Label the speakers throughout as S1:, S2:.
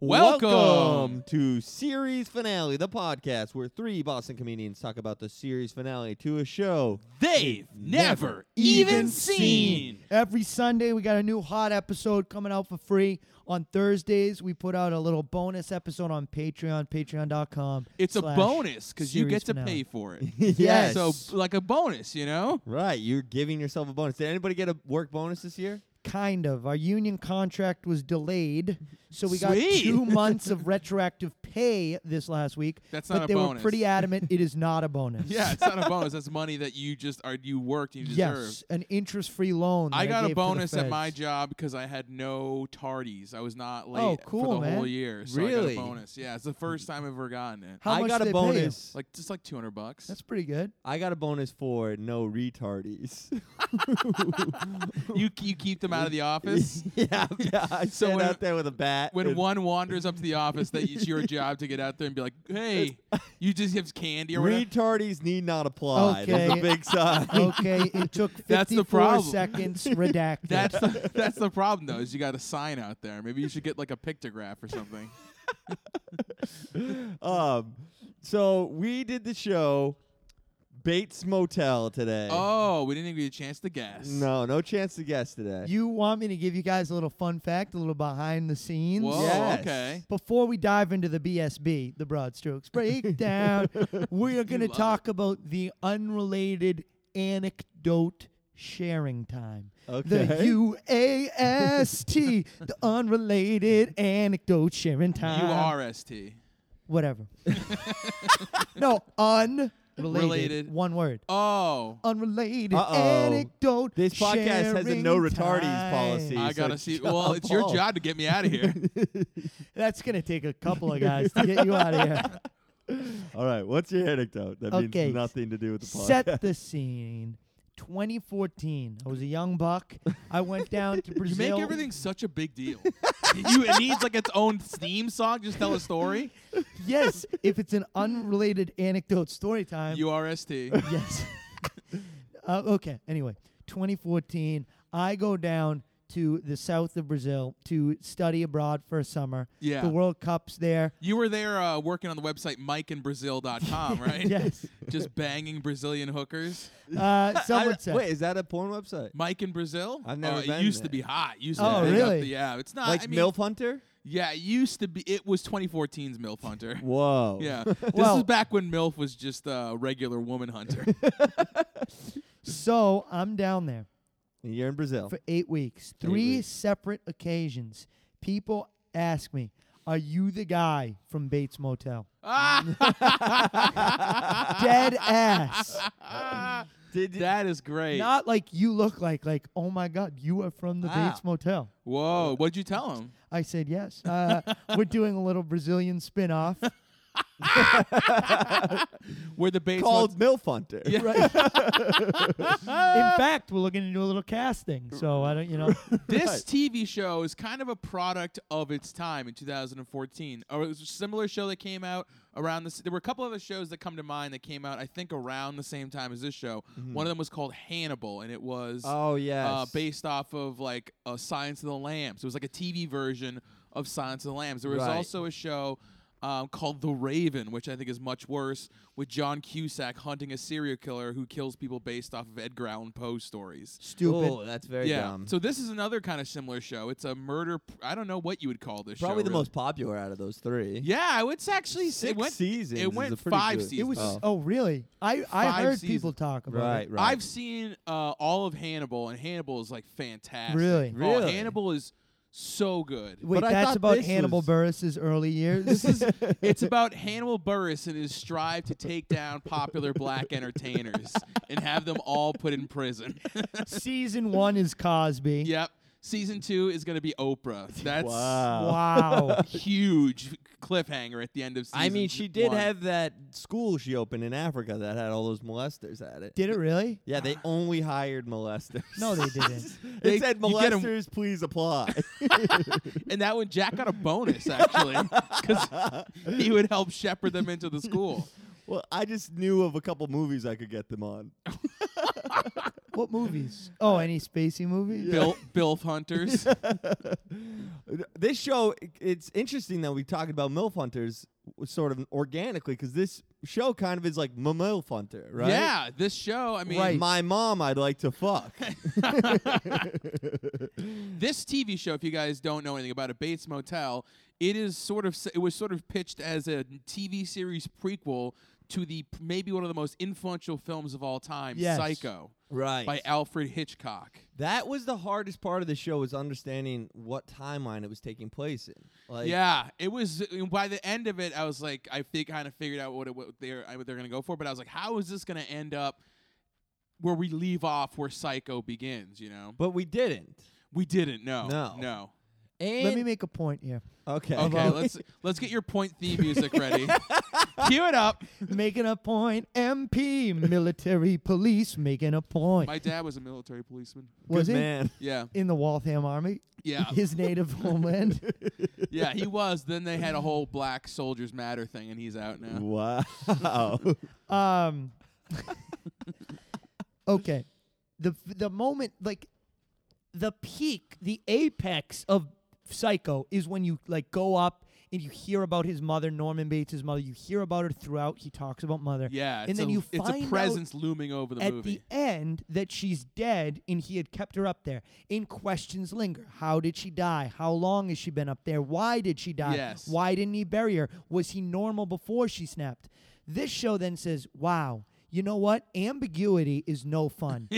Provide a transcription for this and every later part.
S1: Welcome.
S2: to Series Finale, the podcast where three Boston comedians talk about the series finale to a show.
S1: They've never even seen.
S3: Every Sunday, we got a new hot episode coming out for free. On Thursdays, we put out a little bonus episode on Patreon, patreon.com.
S1: It's a
S3: slash
S1: bonus because you
S3: series
S1: get to
S3: finale.
S1: pay for it.
S2: yes.
S1: So, like a bonus, you know?
S2: right, you're giving yourself a bonus. Did anybody get a work bonus this year?
S3: Kind of. Our union contract was delayed, so we
S1: Sweet.
S3: got two months of retroactive pay this last week.
S1: That's
S3: but
S1: not a
S3: they
S1: bonus.
S3: were pretty adamant it is not a bonus.
S1: Yeah, it's not a bonus. That's money that you just are you worked and you deserve.
S3: Yes, an interest-free loan.
S1: I
S3: that
S1: got
S3: I
S1: a
S3: gave to the
S1: bonus at my
S3: feds.
S1: job because I had no tardies. I was not late
S3: Oh,
S1: for the
S3: cool,
S1: whole
S3: man.
S1: year. So I
S2: Really?
S1: got a bonus. Yeah, it's the first time I've ever gotten it.
S3: How
S2: I
S3: much
S2: got
S3: do
S2: a
S3: they pay you?
S2: bonus.
S1: Like just like 200 bucks.
S3: That's pretty good.
S2: I got a bonus for no retardies.
S1: you you keep them out of the office.
S2: yeah, yeah. I
S1: So
S2: stand
S1: when-
S2: out there with a bat.
S1: When
S2: and-
S1: one wanders up to the office, that it's your job to get out there and be like, "Hey, you just have candy or whatever."
S2: retardies need not apply. That's a
S3: Okay.
S2: big sign.
S3: Okay, it took 54
S1: That's the problem.
S3: seconds redacted.
S1: That's the, that's the problem though. Is you got a sign out there. Maybe you should get like a pictograph or something. Oh.
S2: Um, so we did the show Bates Motel today.
S1: Oh, we didn't even get a chance to guess.
S2: No, no chance to guess today.
S3: You want me to give you guys a little fun fact, a little behind the scenes?
S1: Whoa.
S2: Yes.
S1: Okay.
S3: Before we dive into the BSB, the broad strokes breakdown, we are going to
S1: love
S3: talk about the unrelated anecdote sharing time. The
S2: Okay.
S3: U A S T, the unrelated anecdote sharing time.
S1: You are ST.
S3: Whatever. no, unrelated.
S1: Related.
S3: One word.
S1: Oh.
S3: Unrelated
S2: Uh-oh.
S3: anecdote.
S2: This podcast has a no
S3: sharing
S2: retardees
S3: time. Uh,
S2: policy.
S1: I
S2: so
S1: gotta see. Well,
S2: jump
S1: it's your
S2: off.
S1: job to get me out of here.
S3: That's gonna take a couple of guys to get you out of here.
S2: All right, what's your anecdote? That
S3: Okay.
S2: means nothing to do with the podcast.
S3: Set the scene. 2014. I was a young buck. I went down to
S1: You
S3: Brazil.
S1: make everything such a big deal. you, it needs like its own theme song. Just tell a story.
S3: Yes, if it's an unrelated anecdote story time.
S1: U R S T.
S3: yes. uh, okay. Anyway, 2014. I go down to the south of Brazil to study abroad for a summer.
S1: Yeah.
S3: The World Cup's there.
S1: You were there uh, working on the website mikeandbrazil.com, right?
S3: Yes.
S1: Just banging Brazilian hookers.
S3: Uh,
S2: I-
S3: someone said.
S2: Wait, is that a porn website?
S1: Mike in Brazil?
S2: I've never
S1: Oh, It
S2: been
S1: used to
S2: there.
S1: be hot. It Used to
S3: Oh,
S1: be big up
S3: really?
S1: the- yeah, it's not.
S2: like
S1: I mean,
S2: MILF Hunter?
S1: Yeah, it used to be. It was 2014's MILF Hunter.
S2: Whoa.
S1: Yeah. This
S3: Well-
S1: was back when MILF was just a regular woman hunter.
S3: So I'm down there.
S2: And You're in Brazil.
S3: for eight weeks.
S2: Eight
S3: Three
S2: weeks.
S3: separate occasions, people ask me, "Are you the guy from Bates Motel?" Dead ass.
S2: Did you-
S1: that is great.
S3: Not like you look like. Like, oh my God, you are from the
S2: Wow.
S3: Bates Motel.
S1: Whoa. What'd you tell him?
S3: I said yes. Uh, we're doing a little Brazilian spin-off.
S1: Where the base
S2: called MILF Hunter.
S1: Yeah.
S3: Right. In fact, we're looking into a little casting. So I don't, you know,
S1: This TV show is kind of a product of its time in 2014. Or it was a similar show that came out around this. There were a couple other shows that come to mind that came out, I think, around the same time as this show. One of them was called Hannibal, and it was
S2: Mm-hmm. Oh, yes.
S1: uh, based off of like uh, Science of the Lambs. It was like a TV version of Science of the Lambs. There was
S2: Right.
S1: also a show. Um, called The Raven, which I think is much worse, with John Cusack hunting a serial killer who kills people based off of Edgar Allan Poe stories
S3: stupid.
S2: Oh, that's very
S1: yeah.
S2: dumb.
S1: So this is another kind of similar show. It's a murder. Pr- I don't know what you would call this.
S2: Probably
S1: show,
S2: the
S1: really.
S2: most popular out of those three.
S1: Yeah, it's actually
S2: Six
S1: it went,
S2: seasons.
S1: It
S2: is
S1: went
S2: a pretty
S1: five
S2: good-
S1: seasons.
S3: It was.
S2: Oh.
S3: Oh, really? I I
S1: Five
S3: heard
S1: seasons.
S3: people talk about
S2: Right,
S3: it.
S2: right.
S1: I've seen uh, all of Hannibal, and Hannibal is like fantastic.
S3: Really?
S1: Oh,
S2: Really?
S1: Hannibal is so good.
S3: Wait,
S2: But I
S3: that's
S2: thought
S3: about
S2: this
S3: Hannibal
S2: was-
S3: Burris's early years.
S1: This is it's about Hannibal Burris and his strive to take down popular black entertainers and have them all put in prison.
S3: Season one is Cosby.
S1: yep. Season two is gonna be Oprah. That's
S2: Wow.
S3: Wow.
S1: huge cliffhanger at the end of season.
S2: I mean, she did
S1: one.
S2: have that school she opened in Africa that had all those molesters at it.
S3: Did it really?
S2: yeah, they only hired molesters.
S3: No, they didn't.
S2: it
S1: They-
S2: said
S1: you get 'em-
S2: molesters, please apply.
S1: And that one, Jack got a bonus actually, because he would help shepherd them into the school.
S2: well, I just knew of a couple movies I could get them on.
S3: What movies? Oh, any spacey movies?
S1: Bil- Bilf hunters.
S2: this show, i- it's interesting that we talked about MILF Hunters w- sort of organically because this show kind of is like my MILF Hunter, right?
S1: Yeah, this show. I mean,
S3: Right.
S2: My mom, I'd like to fuck.
S1: this TV show, if you guys don't know anything about it, Bates Motel, it is sort of it was sort of pitched as a TV series prequel to the maybe one of the most influential films of all time,
S3: Yes.
S1: Psycho,
S2: right.
S1: by Alfred Hitchcock.
S2: that was the hardest part of the show was understanding what timeline it was taking place in. Like,
S1: yeah, it was. By the end of it, I was like, I fig- kind of figured out what, it, what they're what they're gonna go for, but I was like, how is this gonna end up where we leave off, where Psycho begins? You know,
S2: But we didn't.
S1: we didn't know.
S2: No.
S1: no.
S2: And
S3: Let me make a point here.
S2: okay.
S1: Okay,
S3: Although-
S1: let's let's get your point theme music ready. Cue it up.
S3: making a point. MP, military police, making a point.
S1: My dad was a military policeman.
S3: was
S2: Good
S3: he
S2: man.
S1: Yeah,
S3: in the Waltham Army?
S1: yeah,
S3: His native homeland.
S1: yeah. He was. Then they had a whole Black Soldiers Matter thing, and he's out now.
S2: Wow.
S3: Um. okay, the the moment like the peak, the apex of Psycho is when you like go up and you hear about his mother, Norman Bates' mother. You hear about her throughout. He talks about mother.
S1: Yeah,
S3: And
S1: it's
S3: then
S1: a,
S3: you
S1: it's
S3: find
S1: a
S3: out
S1: presence looming over the
S3: at
S1: movie.
S3: the end that she's dead and he had kept her up there. In questions linger. How did she die? How long has she been up there? Why did she die?
S1: Yes.
S3: Why didn't he bury her? Was he normal before she snapped? This show then says, wow. You know what? Ambiguity is no fun.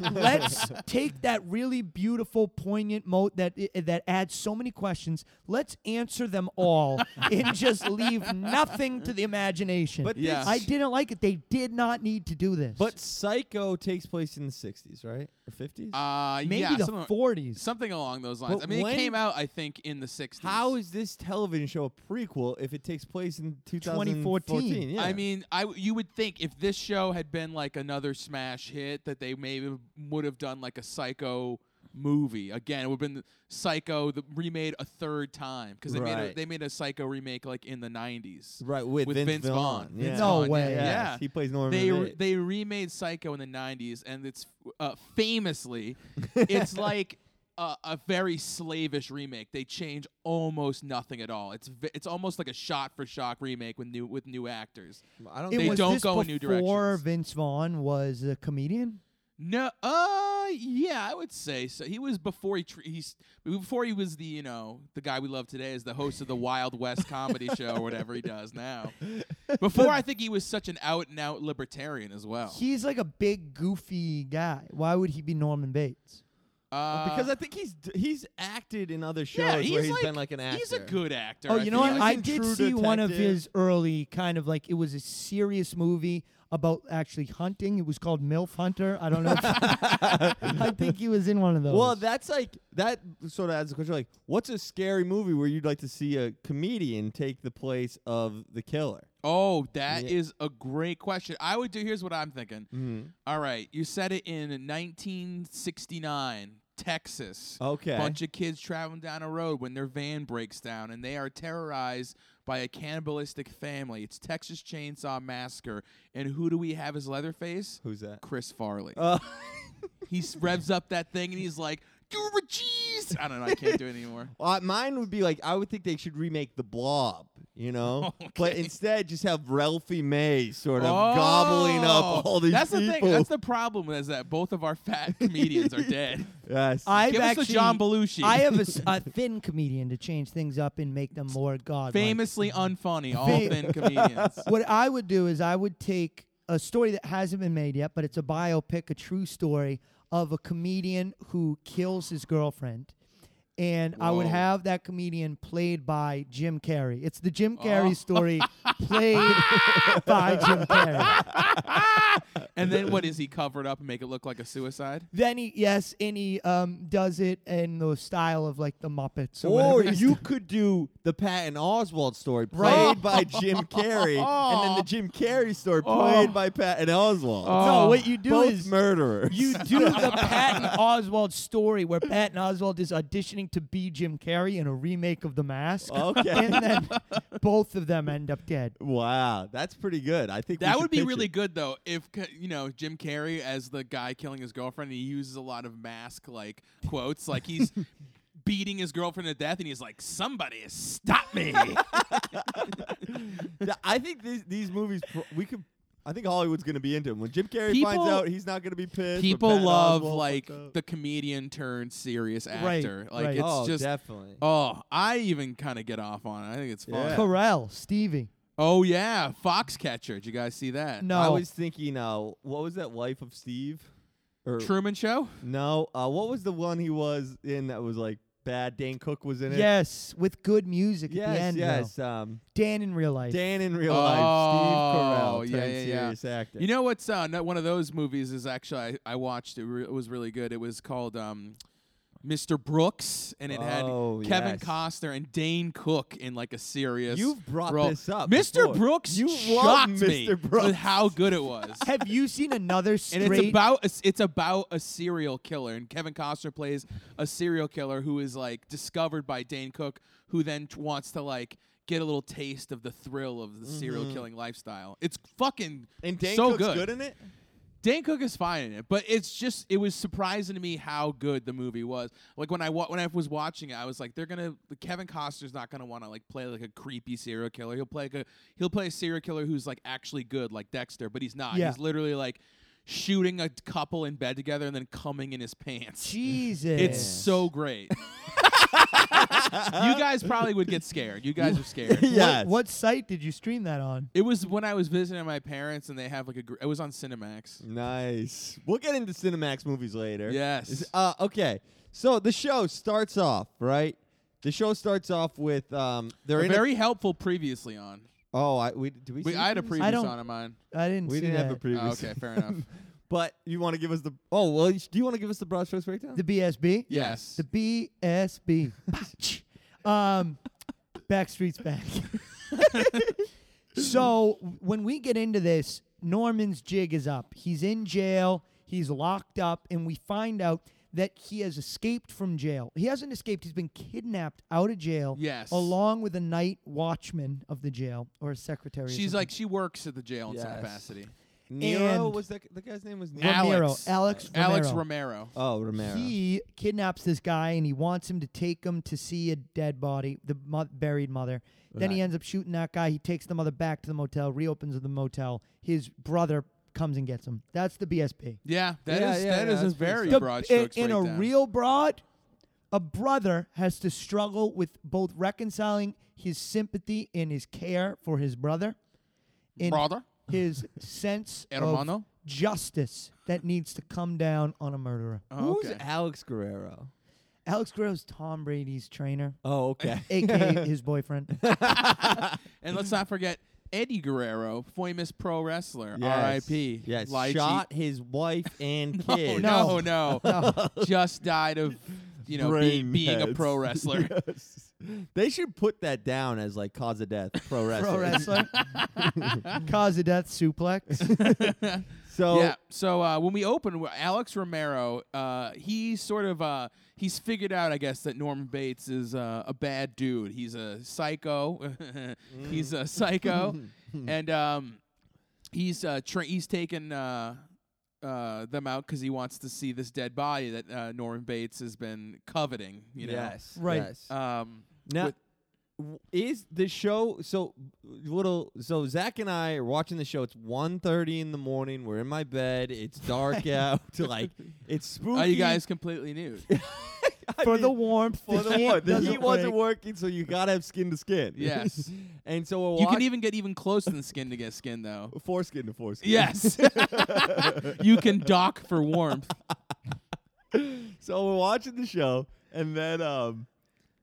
S3: Let's take that really beautiful, poignant moat that that adds so many questions. Let's answer them all and just leave nothing to the imagination.
S2: But
S1: Yeah.
S2: this-
S3: I didn't like it. They did not need to do this.
S2: But Psycho takes place in the 60s, right? Or 50s?
S1: uh,
S3: maybe
S1: yeah,
S3: the
S1: something,
S3: forties.
S1: something along those lines.
S2: But
S1: I mean, it
S2: when-
S1: came out, I think, in the '60s.
S2: How is this television show a prequel if it takes place in 2014? Yeah.
S1: I mean, I w- you would think if this show had been like another smash hit, that they maybe would have done like a Psycho movie again. It would have been the Psycho the, remade a third time because they made a,
S2: Right.
S1: they made a Psycho remake like in the '90s.
S2: right with,
S1: with
S2: Vince,
S1: Vince
S2: Vaughn.
S1: Vaughn.
S2: Yeah.
S1: Vince
S3: No
S1: Vaughn, yeah,
S3: way.
S1: Yeah,
S2: Yes, he plays Norman.
S1: they re-
S2: Bates.
S1: they remade Psycho in the '90s, and it's uh, famously, it's like a, a very slavish remake. They change almost nothing at all. It's v- it's almost like a shot for shot remake with new with new actors.
S2: I don't
S1: they
S3: It
S2: think
S3: was
S1: don't
S3: this
S1: go in new
S3: before
S1: directions.
S3: Vince Vaughn was a comedian.
S1: No, uh, yeah, I would say so. He was before he tr- he's before he was the you know the guy we love today as the host of the Wild West comedy show or whatever he does now. Before I think he was such an out and out libertarian as well.
S3: He's like a big goofy guy. Why would he be Norman Bates?
S1: Uh,
S2: because I think he's d- he's acted in other shows
S1: yeah,
S2: where
S1: he's
S2: he's
S1: like-
S2: been like an actor.
S1: he's a good actor.
S3: Oh,
S1: I
S3: you know
S1: feel
S3: what?
S2: he
S1: like.
S2: was
S3: I
S2: in
S3: did
S2: True
S3: see one of
S2: Detective.
S3: his early kind of like it was a serious movie about actually hunting. It was called MILF Hunter. I don't know. if- I think he was in one of those.
S2: Well, that's like that sort of adds a question like, what's a scary movie where you'd like to see a comedian take the place of the killer?
S1: Oh, that is
S2: Yeah.
S1: a great question. I would do. Here's what I'm thinking.
S2: Mm-hmm.
S1: All right, you said it in 1969, Texas.
S2: Okay.
S1: bunch of kids traveling down a road when their van breaks down and they are terrorized by a cannibalistic family. It's Texas Chainsaw Massacre. And who do we have as Leatherface?
S2: Who's that?
S1: Chris Farley.
S2: Uh,
S1: he s- revs up that thing and he's like, "Do a cheese!" I don't know. I can't do it anymore.
S2: Uh, mine would be like I would think they should remake the Blob, you know, but
S1: Okay.
S2: instead just have Ralphie May sort of gobbling up
S1: Oh,
S2: all these
S1: That's the
S2: people.
S1: thing. That's the problem is that both of our fat comedians are dead.
S2: yes.
S3: I've
S1: Give us
S3: actually
S1: the John Belushi.
S3: I have a, s- a thin comedian to change things up and make them more god.
S1: famously unfunny. All
S3: Fa-
S1: thin comedians.
S3: what I would do is I would take a story that hasn't been made yet, but it's a biopic, a true story of a comedian who kills his girlfriend. And I would
S1: Whoa.
S3: have that comedian played by Jim Carrey. It's the Jim Carrey story played by Jim Carrey.
S1: and then what is he covered up and make it look like a suicide?
S3: Then he, yes, and he um, does it in the style of like the Muppets or,
S2: or
S3: whatever.
S2: you could do the Patton Oswald story played
S3: Right.
S2: by Jim Carrey, and then the Jim Carrey story
S1: Oh.
S2: played by Patton Oswald.
S1: Oh.
S3: no, what you do
S2: Both
S3: is
S2: murderers.
S3: You do the Patton Oswald story where Patton Oswald is auditioning training to be Jim Carrey in a remake of The Mask.
S2: Okay.
S3: and then both of them end up dead.
S2: Wow, that's pretty good. I think we
S1: That
S2: should
S1: would be
S2: pitch
S1: really
S2: it.
S1: good though if c- you know Jim Carrey as the guy killing his girlfriend. And he uses a lot of mask like quotes, like he's beating his girlfriend to death, and he's like, "Somebody stop me!"
S2: Th- I think these, these movies pr- we could. I think Hollywood's going to be into him. When Jim Carrey finds
S1: People-
S2: out, he's not going to be pissed. but
S1: People
S2: Patton
S1: love
S2: Oswalt
S1: like
S2: finds out.
S1: the comedian turned serious
S3: Right,
S1: actor. like
S3: right.
S1: it's
S2: oh,
S1: just
S2: definitely.
S1: oh, I even kind of get off on it. I think it's fun.
S2: Yeah.
S3: Corell, Stevie.
S1: Oh yeah, Foxcatcher. Did you guys see that?
S3: No.
S2: I was thinking, uh, what was that Life of Steve? Or
S1: Uh, Truman Show.
S2: no, uh, what was the one he was in that was like bad? Dan Cook was in it.
S3: Yes, with good music at
S2: Yes,
S3: the end. though.
S2: yes. Um,
S3: Dan in real life.
S2: Dan in real
S1: Oh,
S2: life, Steve Carell,
S1: yeah,
S2: turned
S1: yeah, yeah.
S2: serious actor.
S1: You know what's uh, no- one of those movies is actually I, I watched it, re- it was really good. It was called um, Mr. Brooks, and it
S2: Oh,
S1: had Kevin
S2: yes.
S1: Costner and Dane Cook in like a serious.
S2: You've brought
S1: role.
S2: this up
S1: Mr.
S2: before.
S1: Brooks.
S2: You love
S1: shocked me
S2: Mr. Brooks.
S1: with how good it was.
S3: Have you seen another
S1: And
S3: straight?
S1: it's about a, s- it's about a serial killer, and Kevin Costner plays a serial killer who is like discovered by Dane Cook, who then t- wants to like get a little taste of the thrill of the serial killing lifestyle. It's fucking
S2: and Dan
S1: so
S2: Cook's
S1: good.
S2: in it.
S1: Dan Cook is fine in it, but it's just it was surprising to me how good the movie was. Like when I wa- when I was watching it, I was like, they're gonna Kevin Costner's not gonna want to like play like a creepy serial killer. He'll play like a he'll play a serial killer who's like actually good, like Dexter, but he's not.
S3: Yeah.
S1: He's literally like shooting a couple in bed together and then coming in his pants.
S3: Jesus.
S1: It's so great. you guys probably would get scared. You guys are scared.
S3: What-
S2: yes.
S3: What, site did you stream that on?
S1: It was when I was visiting my parents, and they have like a. Gr- it was on Cinemax.
S2: Nice. We'll get into Cinemax movies later.
S1: Yes.
S2: Is- Uh, okay. So the show starts off right. The show starts off with um. They're
S1: A
S2: in a-
S1: very helpful previously on.
S2: oh, I we do we.
S1: We,
S2: see
S1: I had a
S2: previous?
S1: previous
S3: don't-
S1: on of mine.
S3: I didn't
S2: We
S3: see
S2: didn't
S3: that.
S2: have a previous.
S1: Oh, okay, fair enough.
S2: but you want to give us the? Oh well. you sh- Do you want to give us the broad strokes breakdown?
S3: the BSB.
S1: Yes.
S3: The BSB. Bach. um, Backstreet's back. so when we get into this, Norman's jig is up. He's in jail. He's locked up, and we find out that he has escaped from jail. He hasn't escaped. He's been kidnapped out of jail.
S1: Yes.
S3: Along with a night watchman of the jail or a secretary. or
S1: She's
S3: something.
S1: like she works at the jail in some
S2: Yes.
S1: capacity.
S2: Nero
S3: and-
S2: was that the guy's name was Nero.
S1: Al-
S3: Romero.
S1: Alex.
S3: Alex.
S1: Alex
S3: Romero.
S1: Romero.
S2: oh, Romero.
S3: He kidnaps this guy and he wants him to take him to see a dead body, the mo- buried mother. Then he
S2: Right.
S3: ends up shooting that guy. He takes the mother back to the motel, reopens the motel. His brother comes and gets him. That's the BSP.
S1: Yeah, that is
S2: Yeah, yeah,
S1: that
S2: yeah,
S1: is
S2: that's
S1: a
S2: pretty
S1: very
S2: solid.
S1: broad
S3: in
S1: strokes
S3: in a
S1: breakdown.
S3: real broad, a brother has to struggle with both reconciling his sympathy and his care for his brother, and
S1: brother.
S3: his sense of
S1: Hermano?
S3: justice that needs to come down on a murderer.
S1: Oh,
S2: Who's
S1: okay.
S2: Alex Guerrero?
S3: Alex Guerrero's Tom Brady's trainer.
S2: Oh, okay.
S3: aka his boyfriend.
S1: And let's not forget Eddie Guerrero, famous pro wrestler,
S2: Yes.
S1: R.I.P.
S2: Yes.
S1: Lychee.
S2: Shot his wife and
S1: Oh,
S2: kid.
S1: no,
S3: No.
S1: no, just died of you know
S2: Brain
S1: being, being a
S2: heads.
S1: pro wrestler.
S2: Yes. They should put that down as like cause of death, pro wrestler.
S3: Pro wrestler. Cause of death suplex.
S2: So
S1: Yeah. So uh, when we open, w- Alex Romero, uh, he sort of uh, he's figured out, I guess, that Norman Bates is uh, a bad dude. He's a psycho. he's a psycho,
S2: Mm.
S1: and um, he's uh, tra- he's taken uh, uh, them out because he wants to see this dead body that uh, Norman Bates has been coveting. You know.
S2: yes,
S3: Right.
S2: yes.
S1: Um,
S2: now,
S1: with-
S2: w- is the show so little? So Zach and I are watching the show. It's 1.30 in the morning. We're in my bed. It's dark out. Like it's spooky.
S1: are you guys completely nude?
S2: I
S3: For the
S2: mean,
S3: warmth.
S2: for the
S3: heat
S2: war, the
S3: doesn't
S2: heat wasn't
S3: break.
S2: working, so you gotta have skin to skin.
S1: Yes.
S2: and so we're
S1: you can
S2: watch-
S1: even get even closer than skin to get skin though.
S2: foreskin to foreskin.
S1: Yes. you can dock for warmth.
S2: So we're watching the show, and then um,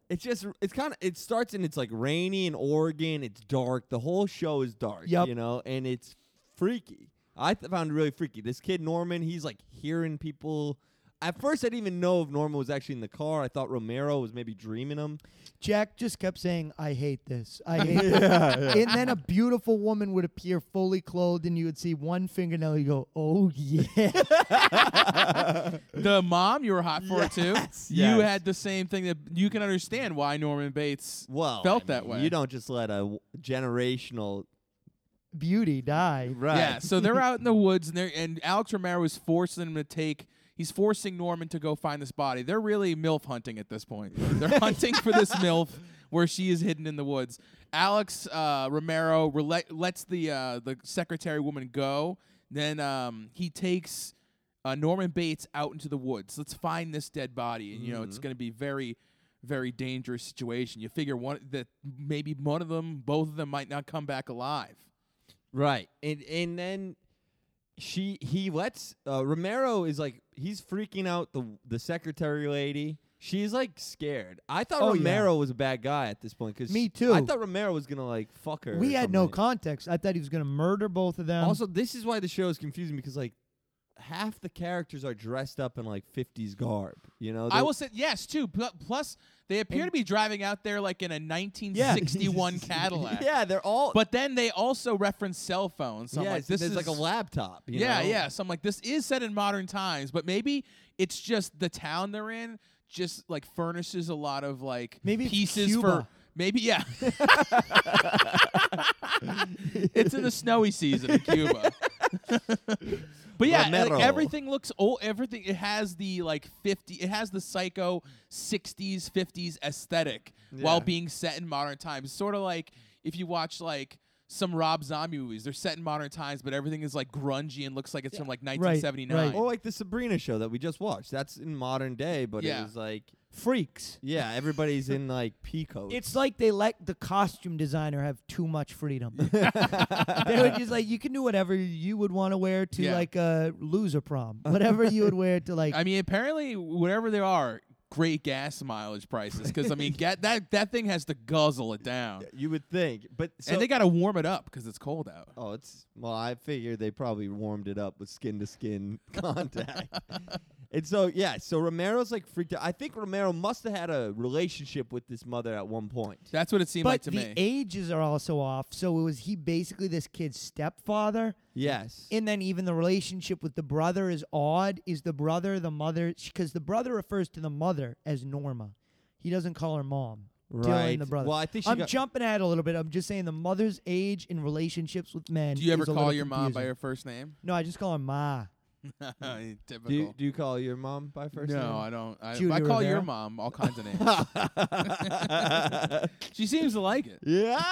S2: it's just it's kind of it starts and it's like rainy in Oregon. It's dark. The whole show is dark.
S3: Yep.
S2: You know, and it's freaky. I th- found it really freaky. This kid Norman, he's like hearing people. at first I didn't even know if Norman was actually in the car. I thought Romero was maybe dreaming him.
S3: Jack just kept saying, I hate this. I hate this. And then a beautiful woman would appear fully clothed, and you would see one fingernail. You go, Oh, yeah.
S1: the mom you were hot for too. You
S2: yes.
S1: had the same thing that you can understand why Norman Bates
S2: Well,
S1: felt
S2: I
S1: that
S2: mean,
S1: way.
S2: You don't just let a w- generational
S3: Beauty die.
S2: right.
S1: Yeah, so they're out in the woods, and they're and Alex Romero is forcing him to take. He's forcing Norman to go find this body. They're really milf hunting at this point. They're hunting for this milf where she is hidden in the woods. Alex uh, Romero rela- lets the uh, the secretary woman go. Then um, he takes uh, Norman Bates out into the woods. Let's find this dead body, and you know it's going to be very, very dangerous situation. You figure one that maybe one of them, both of them, might not come back alive.
S2: Right. And and then she he lets uh, Romero is like he's freaking out the the secretary lady. She's like scared. I thought
S3: Oh, yeah.
S2: Romero was a bad guy at this point because
S3: Me too.
S2: I thought Romero was gonna like fuck her.
S3: We
S2: or
S3: had no
S2: something.
S3: context. I thought he was going to murder both of them.
S2: also, this is why the show is confusing because like half the characters are dressed up in like '50s garb. You know,
S1: I
S2: They-
S1: will say yes too. Pl- Plus, they appear to be driving out there like in a 1961 Cadillac.
S2: yeah, they're all.
S1: But then they also reference cell phones. So
S2: yeah,
S1: I'm like, this
S2: there's
S1: is
S2: like a laptop. You
S1: yeah,
S2: know?
S1: yeah. So I'm like, this is set in modern times, but maybe it's just the town they're in just like furnishes a lot of like
S3: Maybe it's
S1: pieces for
S3: Cuba.
S1: maybe yeah. it's in the snowy season in Cuba. but yeah, like,
S2: Romero.
S1: everything looks old. Everything it has the like 50. It has the psycho 60s, 50s aesthetic while
S2: Yeah.
S1: being set in modern times. Sort of like if you watch like some Rob Zombie movies, they're set in modern times, but everything is like grungy and looks like it's from like 1979.
S3: right.
S2: Or like the Sabrina show that we just watched. That's in modern day, but
S1: Yeah.
S2: it was like
S3: freaks.
S2: Yeah, everybody's in like peacoats.
S3: It's like they let the costume designer have too much freedom. they were just like, you can do whatever you would want to wear to
S1: Yeah.
S3: like uh, a loser prom, whatever you would wear to like.
S1: I mean, apparently, whatever they are, great gas mileage prices. Because I mean, get that that thing has to guzzle it down,
S2: you would think, but so,
S1: and they got to warm it up because it's cold out.
S2: oh, it's well. I figure they probably warmed it up with skin to skin contact. and so yeah, so Romero's like freaked out. I think Romero must have had a relationship with this mother at one point.
S1: That's what it seemed
S3: but
S1: like to
S3: the
S1: me.
S3: ages are also off, so it was he basically this kid's stepfather,
S2: Yes.
S3: and then even the relationship with the brother is odd. Is the brother the mother? Because the brother refers to the mother as Norma, he doesn't call her mom. Dylan,
S2: Right.
S3: the brother.
S2: Well, I think she
S3: I'm
S2: got-
S3: jumping ahead a little bit. I'm just saying the mother's age in relationships with men.
S1: Do you ever
S3: is a
S1: call
S3: little
S1: your mom by
S3: confusing. Mm.
S1: her first name?
S3: No, I just call her Ma.
S1: Typical.
S2: do you, do you call your mom by first
S1: no, I don't. I, if
S3: Judy
S1: I call your
S3: Rivera?
S1: mom all kinds of names.
S2: name?
S1: she seems to like it.
S2: yeah.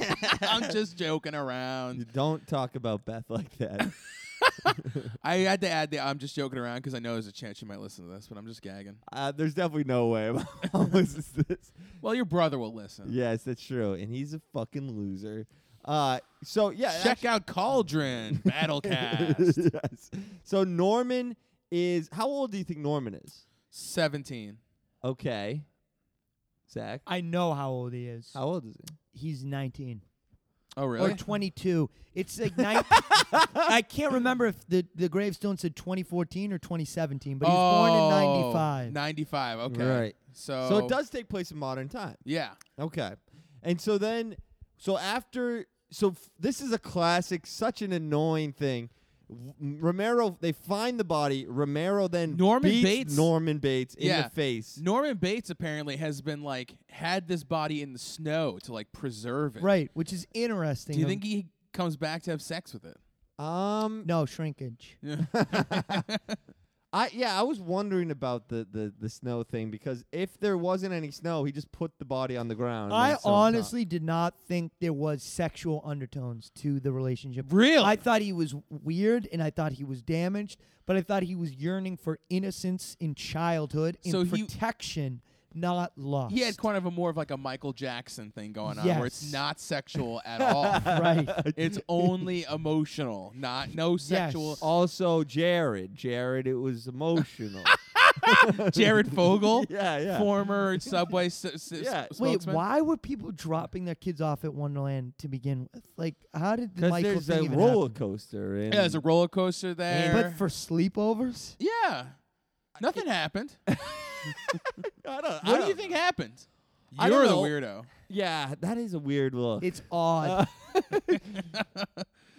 S1: I'm just joking
S2: You
S1: around.
S2: don't talk about Beth like that.
S1: I had to add the I'm just joking around because I know there's a chance you might listen to this, but I'm just gagging.
S2: Uh, there's definitely no way. How is this?
S1: Well, your brother will listen.
S2: Yes, that's true. And he's a fucking loser. Uh, so yeah,
S1: Check out Cauldron Battlecast
S2: actually- yes. So Norman is how old do you think Norman is?
S1: 17.
S2: Okay, Zach,
S3: I know how old he is.
S2: how old is he?
S3: He's 19
S1: Oh, really?
S3: or 22. It's like nine. I can't remember if the, the gravestone said 2014 or 2017, but he was born in
S1: Oh,
S3: 95.
S1: 95. Okay.
S2: Right.
S1: So,
S2: So it does take place in modern time.
S1: Yeah.
S2: Okay, and so then, so after, so f- this is a classic, such an annoying thing. W- Romero, they find the body. Romero then
S1: Norman
S2: beats
S1: Bates?
S2: Norman Bates in
S1: Yeah.
S2: the face.
S1: Norman Bates apparently has been like had this body in the snow to like preserve it.
S3: Right, which is interesting.
S1: Do you
S3: Um,
S1: think he comes back to have sex with it?
S2: Um,
S3: no, shrinkage.
S2: I yeah, I was wondering about the, the, the snow thing because if there wasn't any snow, he just put the body on the ground. and
S3: I
S2: then sewn it up.
S3: honestly did not think there was sexual undertones to the relationship.
S1: Really?
S3: I thought he was weird and I thought he was damaged, but I thought he was yearning for innocence in childhood and
S1: So he-
S3: protection, not lust.
S1: He had kind of a more of like a Michael Jackson thing going on where it's
S3: Yes.
S1: not sexual at all.
S3: right.
S1: It's only emotional, not no sexual.
S2: also Jared, Jared, it was emotional.
S1: Jared Fogle,
S2: Yeah, yeah.
S1: former Subway s- s-
S2: Yeah.
S1: s-
S3: Wait,
S1: spokesman.
S3: why were people dropping their kids off at Wonderland to begin with? Like, how did the
S2: Because
S3: Michael
S2: there's
S3: thing
S2: a
S3: even
S2: roller
S3: happen?
S2: coaster. And
S1: Yeah, there's a roller coaster there.
S3: But for sleepovers,
S1: yeah, Nothing happened. What
S2: I don't. I
S1: do you
S2: don't-
S1: think happened?
S2: I don't
S1: You're the
S2: know.
S1: weirdo.
S2: Yeah, that is a weird look.
S3: It's odd.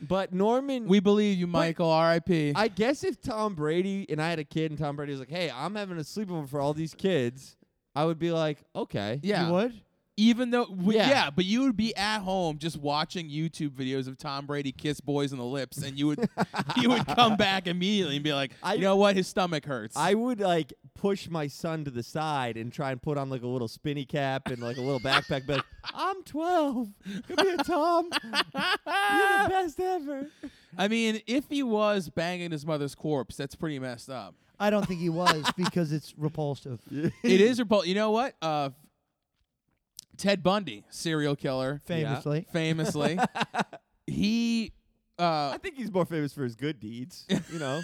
S2: but Norman,
S1: We believe you, Michael. R.I.P.
S2: I guess if Tom Brady and I had a kid, and Tom Brady was like, "Hey, I'm having a sleepover for all these kids," I would be like, "Okay."
S1: yeah.
S3: You would?
S1: Even though, we, yeah.
S2: Yeah.
S1: but you would be at home just watching YouTube videos of Tom Brady kiss boys in the lips, and you would you would come back immediately and be like,
S2: I-
S1: you know what, his stomach hurts.
S2: I would like push my son to the side and try and put on like a little spinny cap and like a little backpack. But I'm 12. Come here, Tom. You're the best ever.
S1: I mean, if he was banging his mother's corpse, that's pretty messed up.
S3: I don't think he was because it's repulsive.
S1: it is repul. You know what? Uh, Ted Bundy, serial killer,
S3: Famously.
S1: famously, he uh,
S2: I think he's more famous for his good deeds. You know,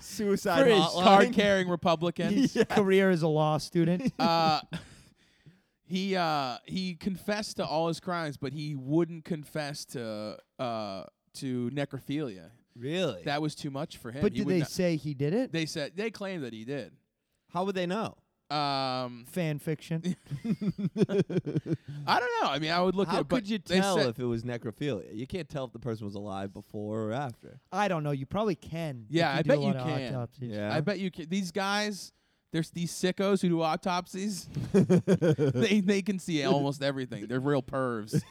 S2: suicide
S1: for his
S2: hotline.
S1: card-carrying Republican.
S3: His career as a law student.
S1: uh, he uh, he confessed to all his crimes, but he wouldn't confess to uh, to necrophilia.
S2: Really?
S1: That was too much for him.
S3: but
S1: He
S3: did
S1: would
S3: they
S1: not-
S3: say he did it?
S1: they said they claimed that he did.
S2: How would they know?
S1: Um,
S3: Fan fiction.
S1: I don't know. I mean, I would look
S2: How
S1: at. it, but
S2: could you
S1: they
S2: tell
S1: said-
S2: if it was necrophilia? You can't tell if the person was alive before or after.
S3: I don't know. You probably can. if
S1: Yeah, I
S3: do
S1: bet
S3: a
S1: you
S3: lot of
S1: can.
S3: autopsies.
S2: Yeah.
S1: I bet you can, these guys. There's these sickos who do autopsies. they they can see almost everything. They're real pervs.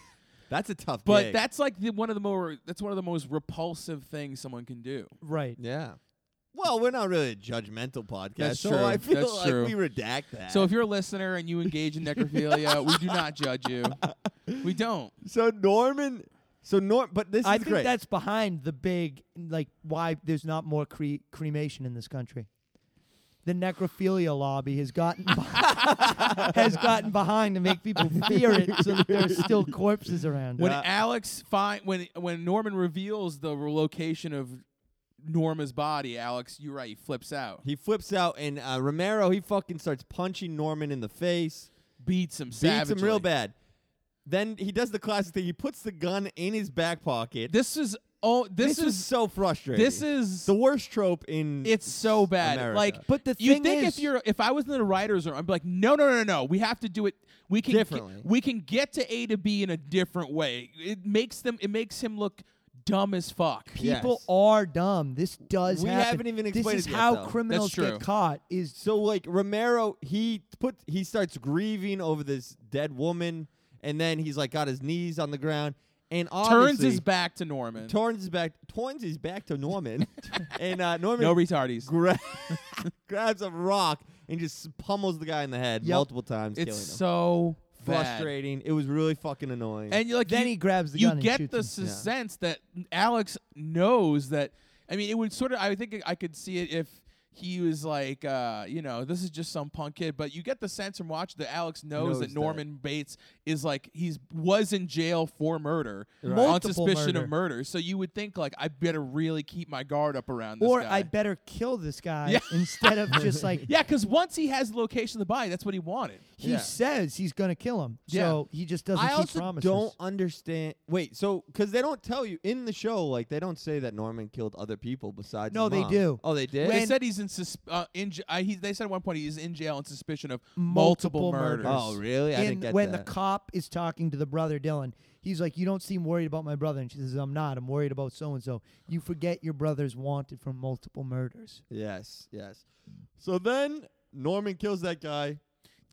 S2: That's a tough.
S1: But
S2: gig.
S1: that's like the, one of the more that's one of the most repulsive things someone can do.
S3: Right.
S2: yeah. Well, we're not really a judgmental podcast,
S1: That's
S2: so
S1: true.
S2: I feel
S1: That's
S2: like
S1: true.
S2: we redact that.
S1: So if you're a listener and you engage in necrophilia, we do not judge you. We don't.
S2: so Norman, so Norm, but this
S3: I
S2: is
S3: think
S2: great.
S3: that's behind the big, like, why there's not more cre- cremation in this country. The necrophilia lobby has gotten beh- has gotten behind to make people fear it, so that there are still corpses around.
S1: When
S2: Yeah.
S1: Alex find when when Norman reveals the location of Norma's body, Alex, you're right, he flips out,
S2: he flips out, and uh, Romero he fucking starts punching Norman in the face,
S1: beats him,
S2: beats him real
S1: savagely.
S2: bad. Then he does the classic thing. He puts the gun in his back pocket.
S1: This is oh, this,
S2: is,
S1: is
S2: so frustrating.
S1: this is
S2: the worst trope in.
S1: It's so bad.
S2: America.
S1: Like,
S3: But the
S1: you
S3: thing
S1: think
S3: is-
S1: if you're if I was in the writers' room, I'd be like, no, no, no, no, we have to do it. We can
S2: Differently.
S1: we can get to A to B in a different way. It makes them. It makes him look dumb as fuck.
S3: People
S2: Yes.
S3: are dumb. This does
S2: We
S3: happen.
S2: haven't even
S3: This
S2: explained
S3: is
S2: it yet,
S3: how
S2: though.
S3: criminals
S1: That's true.
S3: get caught. Is
S2: So like Romero, he put he starts grieving over this dead woman, and then he's like got his knees on the ground and
S1: Turns
S2: obviously-
S1: his back to Norman.
S2: turns his back turns his back to Norman, and uh, Norman
S1: no retardies.
S2: gra- grabs a rock and just pummels the guy in the head
S3: Yep.
S2: multiple times,
S1: It's
S2: killing him.
S1: so frustrating.
S2: Frustrating. It was really fucking annoying.
S1: And you like
S3: then
S1: you-
S3: he grabs the
S1: you
S3: gun.
S1: get
S3: and shoots
S1: the
S3: him.
S1: s-
S2: Yeah.
S1: sense that Alex knows that. I mean, it would sort of. I think I could see it if he was like, uh, you know, this is just some punk kid. But you get the sense from watch that Alex knows,
S2: Knows
S1: that
S2: that.
S1: Norman Bates is like he's was in jail for murder on
S3: Multiple
S1: suspicion of murder. So you would think like I better really keep my guard up around this
S3: or
S1: guy.
S3: I better kill this guy
S1: Yeah.
S3: instead of just like
S1: yeah, because once he has the location of the body, that's what he wanted.
S3: he
S2: Yeah.
S3: says he's gonna kill him.
S1: Yeah.
S3: So he just doesn't
S2: I
S3: keep
S2: also
S3: promises.
S2: don't understand. Wait, so because they don't tell you in the show, like they don't say that Norman killed other people besides.
S3: No,
S2: his
S3: they
S2: mom.
S3: do.
S2: Oh, they did.
S1: they said he's in sus- uh, in. J- uh, he, they said at one point he's in jail on suspicion of multiple,
S3: Multiple
S1: murders.
S3: murders.
S2: oh, really? I didn't
S3: and
S2: get
S3: when
S2: that.
S3: the cop is talking to the brother Dylan, he's like, "You don't seem worried about my brother," and she says, "I'm not. I'm worried about so and so." You forget your brother's wanted for multiple murders.
S2: Yes, yes. So then Norman kills that guy,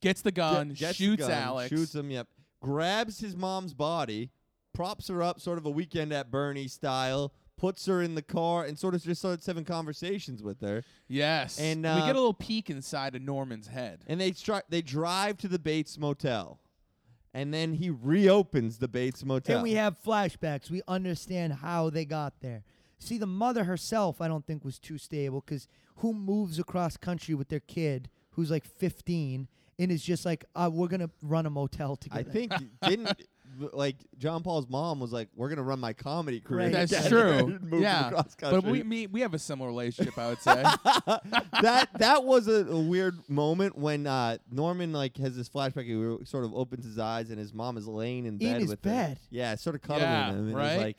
S1: Gets the
S2: ge-
S1: gun,
S2: gets the
S1: shoots
S2: gun,
S1: Alex.
S2: shoots him. Yep. Grabs his mom's body, props her up, sort of a weekend at Bernie style. Puts her in the car and sort of just starts having conversations with her.
S1: Yes.
S2: And,
S1: we
S2: uh,
S1: get a little peek inside of Norman's head.
S2: And they stri- they drive to the Bates Motel, and then he reopens the Bates Motel.
S3: And we have flashbacks. We understand how they got there. See, the mother herself, I don't think was too stable because who moves across country with their kid who's like 15 and is just like, uh, "We're gonna run a motel together."
S2: I think didn't like John Paul's mom was like, "We're gonna run my comedy career."
S3: Right.
S1: That's
S2: together,"
S1: true.
S2: and moved
S1: yeah.
S2: across
S1: But we
S2: country.
S1: me, we have a similar relationship, I would say.
S2: that that was a, a weird moment when uh, Norman like has this flashback. He re- sort of opens his eyes and his mom is laying in bed
S3: his
S2: with
S3: bed.
S2: him. Yeah, sort of cuddling
S1: Yeah,
S2: him and he's
S1: right?
S2: like,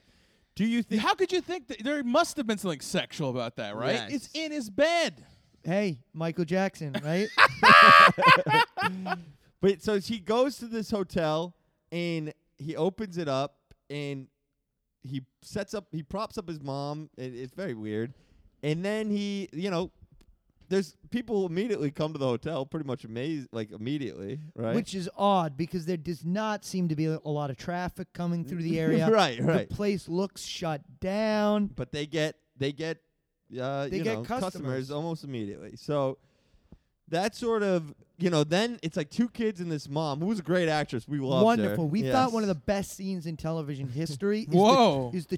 S2: "Do you think?"
S1: How could you think that there must have been something sexual about that, right? It's
S2: Yes.
S1: in his bed.
S3: hey, Michael Jackson, right?
S2: But so he goes to this hotel and he opens it up and he sets up, he props up his mom. It, it's very weird. And then he, you know, there's people who immediately come to the hotel, pretty much amazed, like immediately, right?
S3: Which is odd because there does not seem to be a lot of traffic coming through the area.
S2: right, right.
S3: The place looks shut down.
S2: but they get they get uh,
S3: They
S2: you
S3: get
S2: know,
S3: customers.
S2: almost immediately. So that sort of you know then it's like two kids and this mom who was a great actress. We loved her.
S3: Wonderful. We thought one of the
S2: Yes.
S3: best scenes in television history is,
S1: Whoa.
S3: The, is the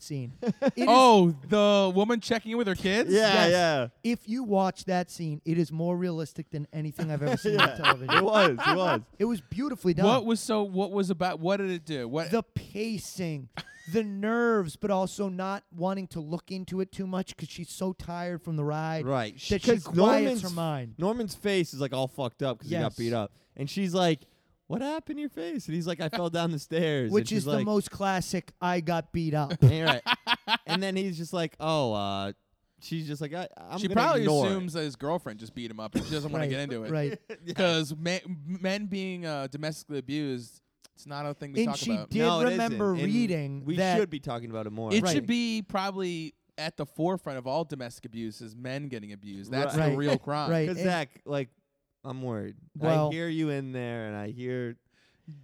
S3: scene. It is-
S1: Oh, the woman checking in with her kids.
S2: yeah
S3: yes.
S2: yeah.
S3: if you watch that scene, it is more realistic than anything I've ever seen on
S2: It
S3: television.
S2: was it was.
S3: It was beautifully done.
S1: What was so? What was about? What did it do? What?
S3: the pacing, the nerves, but also not wanting to look into it too much because she's so tired from the ride.
S2: Right.
S3: That she
S2: Because
S3: quiets
S2: Norman's,
S3: her mind.
S2: Norman's face is like all fucked up because he got
S3: Yes.
S2: beat up, and she's like, "What happened to your face?" And he's like, "I fell down the stairs." and
S3: Which
S2: she's
S3: is the
S2: like,
S3: most classic. I got beat up.
S2: "All right." and then he's just like, "Oh." uh She's just like I, I'm
S1: she
S2: gonna
S1: probably
S2: ignore it."
S1: assumes that his girlfriend just beat him up, and she doesn't want to
S3: Right,
S1: get into it.
S3: Right.
S1: Because men being uh, domestically abused, it's not a thing we
S3: And
S1: talk
S3: she
S1: about.
S3: did
S2: it
S3: remember
S2: isn't. And
S3: reading
S2: We
S3: that-
S2: should be talking about it more.
S1: It
S3: Right.
S1: should be probably at the forefront of all domestic abuse is men getting abused. That's
S3: Right.
S1: the real crime.
S3: Right.
S2: because
S3: and-
S2: Zach, like, I'm worried.
S3: Well-
S2: I hear you in there, and I hear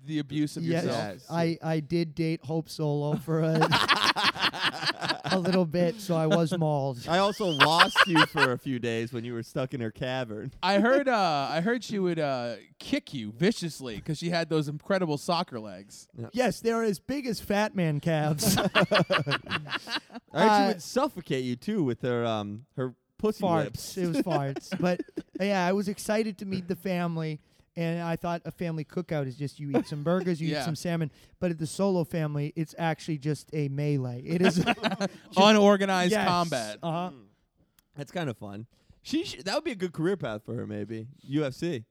S1: The abuse of
S3: Yes,
S1: yourself.
S2: Yes.
S3: I, I did date Hope Solo for a, a little bit, so I was mauled.
S2: I also lost you for a few days when you were stuck in her cavern.
S1: I heard. Uh, I heard she would uh, kick you viciously because she had those incredible soccer legs.
S3: Yes, they're as big as Fat Man calves.
S2: I heard she
S3: Uh,
S2: would suffocate you too with her um her pussy
S3: farts.
S2: lips.
S3: It was farts. But yeah, I was excited to meet the family. And I thought a family cookout is just you eat some burgers, you
S1: Yeah.
S3: eat some salmon. But at the solo family, it's actually just a melee. It is
S1: Unorganized combat.
S3: Uh-huh.
S2: That's kind of fun. She sh- that would be a good career path for her, maybe UFC,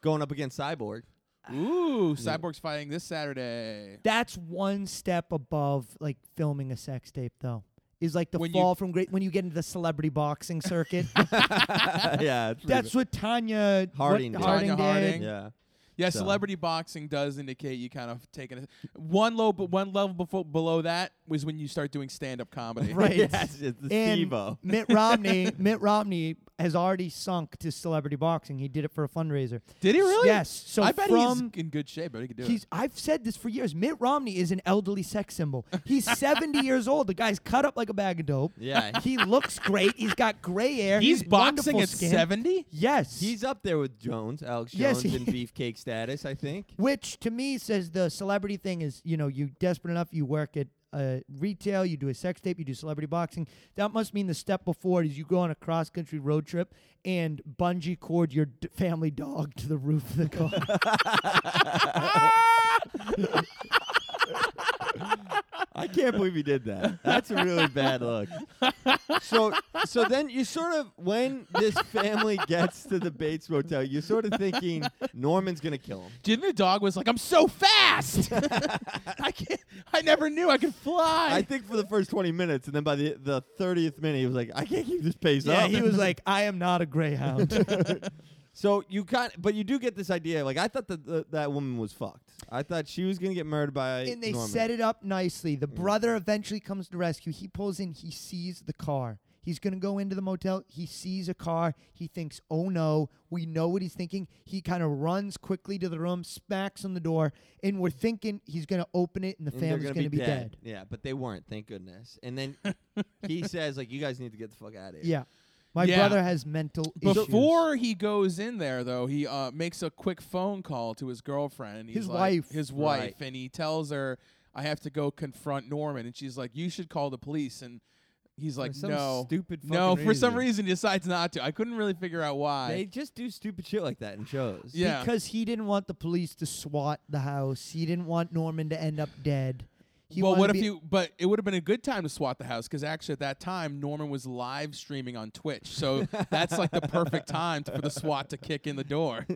S2: going up against Cyborg.
S1: Ooh, Cyborg's fighting this Saturday.
S3: That's one step above like filming a sex tape, though. Is like the
S1: When you-
S3: fall from great when you get into the celebrity boxing circuit.
S2: yeah, it's pretty
S3: That's what Tanya
S2: Harding
S3: what
S2: did.
S3: Harding
S1: Tanya
S3: did.
S2: ba-
S1: Harding.
S2: yeah.
S1: Yeah,
S2: So-
S1: celebrity boxing does indicate you kind of taking a, one low, but one level before, below that was when you start doing stand-up comedy.
S3: Right.
S2: Yes, it's the
S3: And
S2: Stevo.
S3: Mitt Romney, Mitt Romney has already sunk to celebrity boxing. He did it for a fundraiser.
S1: Did he really?
S3: Yes. So
S1: I bet
S3: from
S1: he's in good shape, but he could do
S3: he's I've said this for years. Mitt Romney is an elderly sex symbol. He's 70 years old. The guy's cut up like a bag of dope.
S2: Yeah,
S3: He looks great. He's got gray hair.
S1: it. He's
S3: wonderful
S1: boxing at
S3: skin.
S1: seventy.
S3: Yes.
S2: he's up there with Jones, Alex
S3: Yes,
S2: Jones, in beefcake status. I think.
S3: which to me says the celebrity thing is you know you desperate enough you work at uh, retail you do a sex tape you do celebrity boxing that must mean the step before is you go on a cross country road trip and bungee cord your d- family dog to the roof of the car
S2: I can't believe he did that. That's a really bad look. So, so then you sort of when this family gets to the Bates Motel, you're sort of thinking Norman's gonna kill him.
S1: Didn't the dog was like, "I'm so fast! I can't. I never knew I could fly."
S2: I think for the first 20 minutes, and then by the the 30th minute, he was like, "I can't keep this pace
S3: yeah
S2: up."
S3: he was like i am not a greyhound
S2: so you got, but you do get this idea. Like I thought that the, that woman was fucked. I thought she was gonna get murdered by.
S3: and they
S2: Norman.
S3: set it up nicely the brother eventually comes to rescue he pulls in he sees the car He's going to go into the motel. He sees a car. He thinks, oh no, we know what he's thinking. He kind of runs quickly to the room, smacks on the door, and we're thinking he's going to open it and the
S2: And they're
S3: family's going to be, dead.
S2: Yeah, but they weren't. Thank goodness. And then he says, "Like you guys need to get the fuck out of here."
S3: Yeah. My
S1: Yeah.
S3: brother has mental issues.
S1: Before he goes in there, though, he uh, makes a quick phone call to his girlfriend. and he's
S3: His
S1: like-
S3: wife.
S1: His wife. And he tells her, I have to go confront Norman. And she's like, You should call the police. And he's like,
S2: some
S1: No.
S2: stupid
S1: no,
S2: fucking
S1: for some
S2: reason."
S1: reason, he decides not to. I couldn't really figure out why.
S2: They just do stupid shit like that in shows.
S1: yeah.
S3: Because he didn't want the police to SWAT the house. He didn't want Norman to end up dead. He
S1: well,
S3: wanted
S1: what
S3: to
S1: if
S3: be-
S1: you? But it would have been a good time to swat the house because actually at that time Norman was live streaming on Twitch, so that's like the perfect time to, for the SWAT to kick in the door.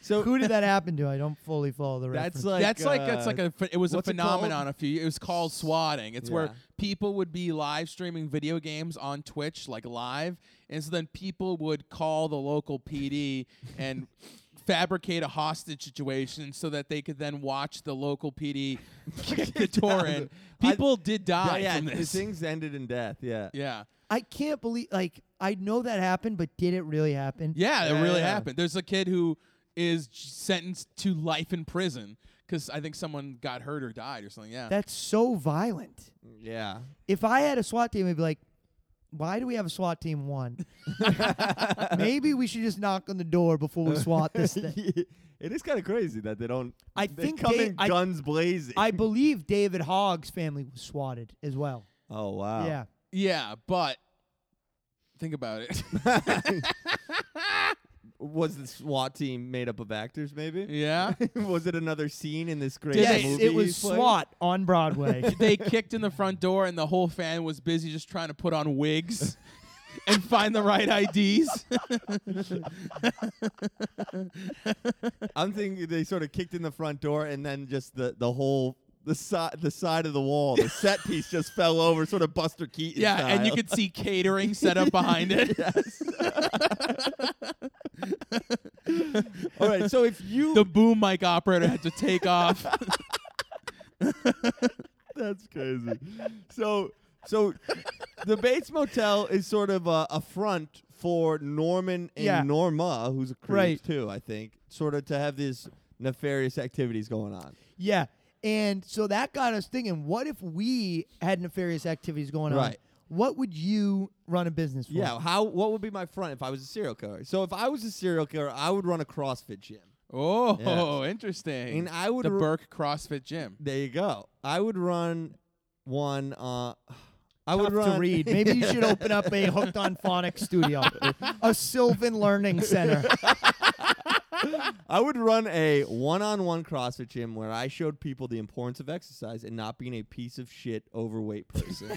S2: So
S3: Who did that happen to? I don't fully follow the
S2: that's
S3: reference.
S2: like
S1: that's like
S2: uh,
S1: that's like a ph- it was a
S2: what's it called?
S1: phenomenon a few. It was called swatting. It's where
S2: Yeah.
S1: people would be live streaming video games on Twitch like live, and so then people would call the local PD and. Fabricate a hostage situation so that they could then watch the local PD kick the door in.
S2: I-
S1: People did die
S2: yeah,
S1: from
S2: the
S1: this.
S2: things ended in death. Yeah.
S1: Yeah.
S3: I can't believe like I know that happened, but did it really happen?
S1: Yeah, it
S2: Yeah,
S1: really
S2: yeah.
S1: happened. There's a kid who is j- sentenced to life in prison because I think someone got hurt or died or something. Yeah.
S3: That's so violent.
S2: Yeah.
S3: If I had a SWAT team, I'd be like, why do we have a SWAT team one? Maybe we should just knock on the door before we SWAT this thing.
S2: it is kind of crazy that they don't.
S3: I
S2: they
S3: think
S2: come
S3: they-
S2: in
S3: I-
S2: guns blazing.
S3: I believe David Hogg's family was swatted as well.
S2: oh wow.
S3: Yeah.
S1: yeah, but think about it.
S2: Was the SWAT team made up of actors? Maybe.
S1: yeah.
S2: was it another scene in this great
S1: Yes,
S2: movie?
S3: it was
S2: you played?
S3: SWAT on Broadway.
S1: they kicked in the front door, and the whole fan was busy just trying to put on wigs. And find the right IDs.
S2: I'm thinking they sort of kicked in the front door and then just the the whole. The side, the side of the wall, the set piece just fell over, sort of Buster Keaton.
S1: yeah, and you
S2: style.
S1: could see catering set up behind it.
S2: All right, so if you
S1: The boom mic operator had to take off.
S2: That's crazy. So, so the Bates Motel is sort of a, a front for Norman and
S3: Yeah.
S2: Norma, who's a creep
S3: Right.
S2: too, I think, sort of to have these nefarious activities going on.
S3: yeah. And so that got us thinking, what if we had nefarious activities going on?
S2: Right.
S3: What would you run a business for?
S2: Yeah, how what would be my front if I was a serial killer? So if I was a serial killer, I would run a CrossFit gym.
S1: Oh,
S2: Yes.
S1: interesting.
S2: And I would
S1: the
S2: ru-
S1: Burke CrossFit Gym.
S2: There you go. I would run one uh I
S3: Tough
S2: would run
S3: to read. Maybe you should open up a hooked on phonics studio, a Sylvan Learning Center.
S2: I would run a one-on-one CrossFit gym where I showed people the importance of exercise and not being a piece of shit overweight person.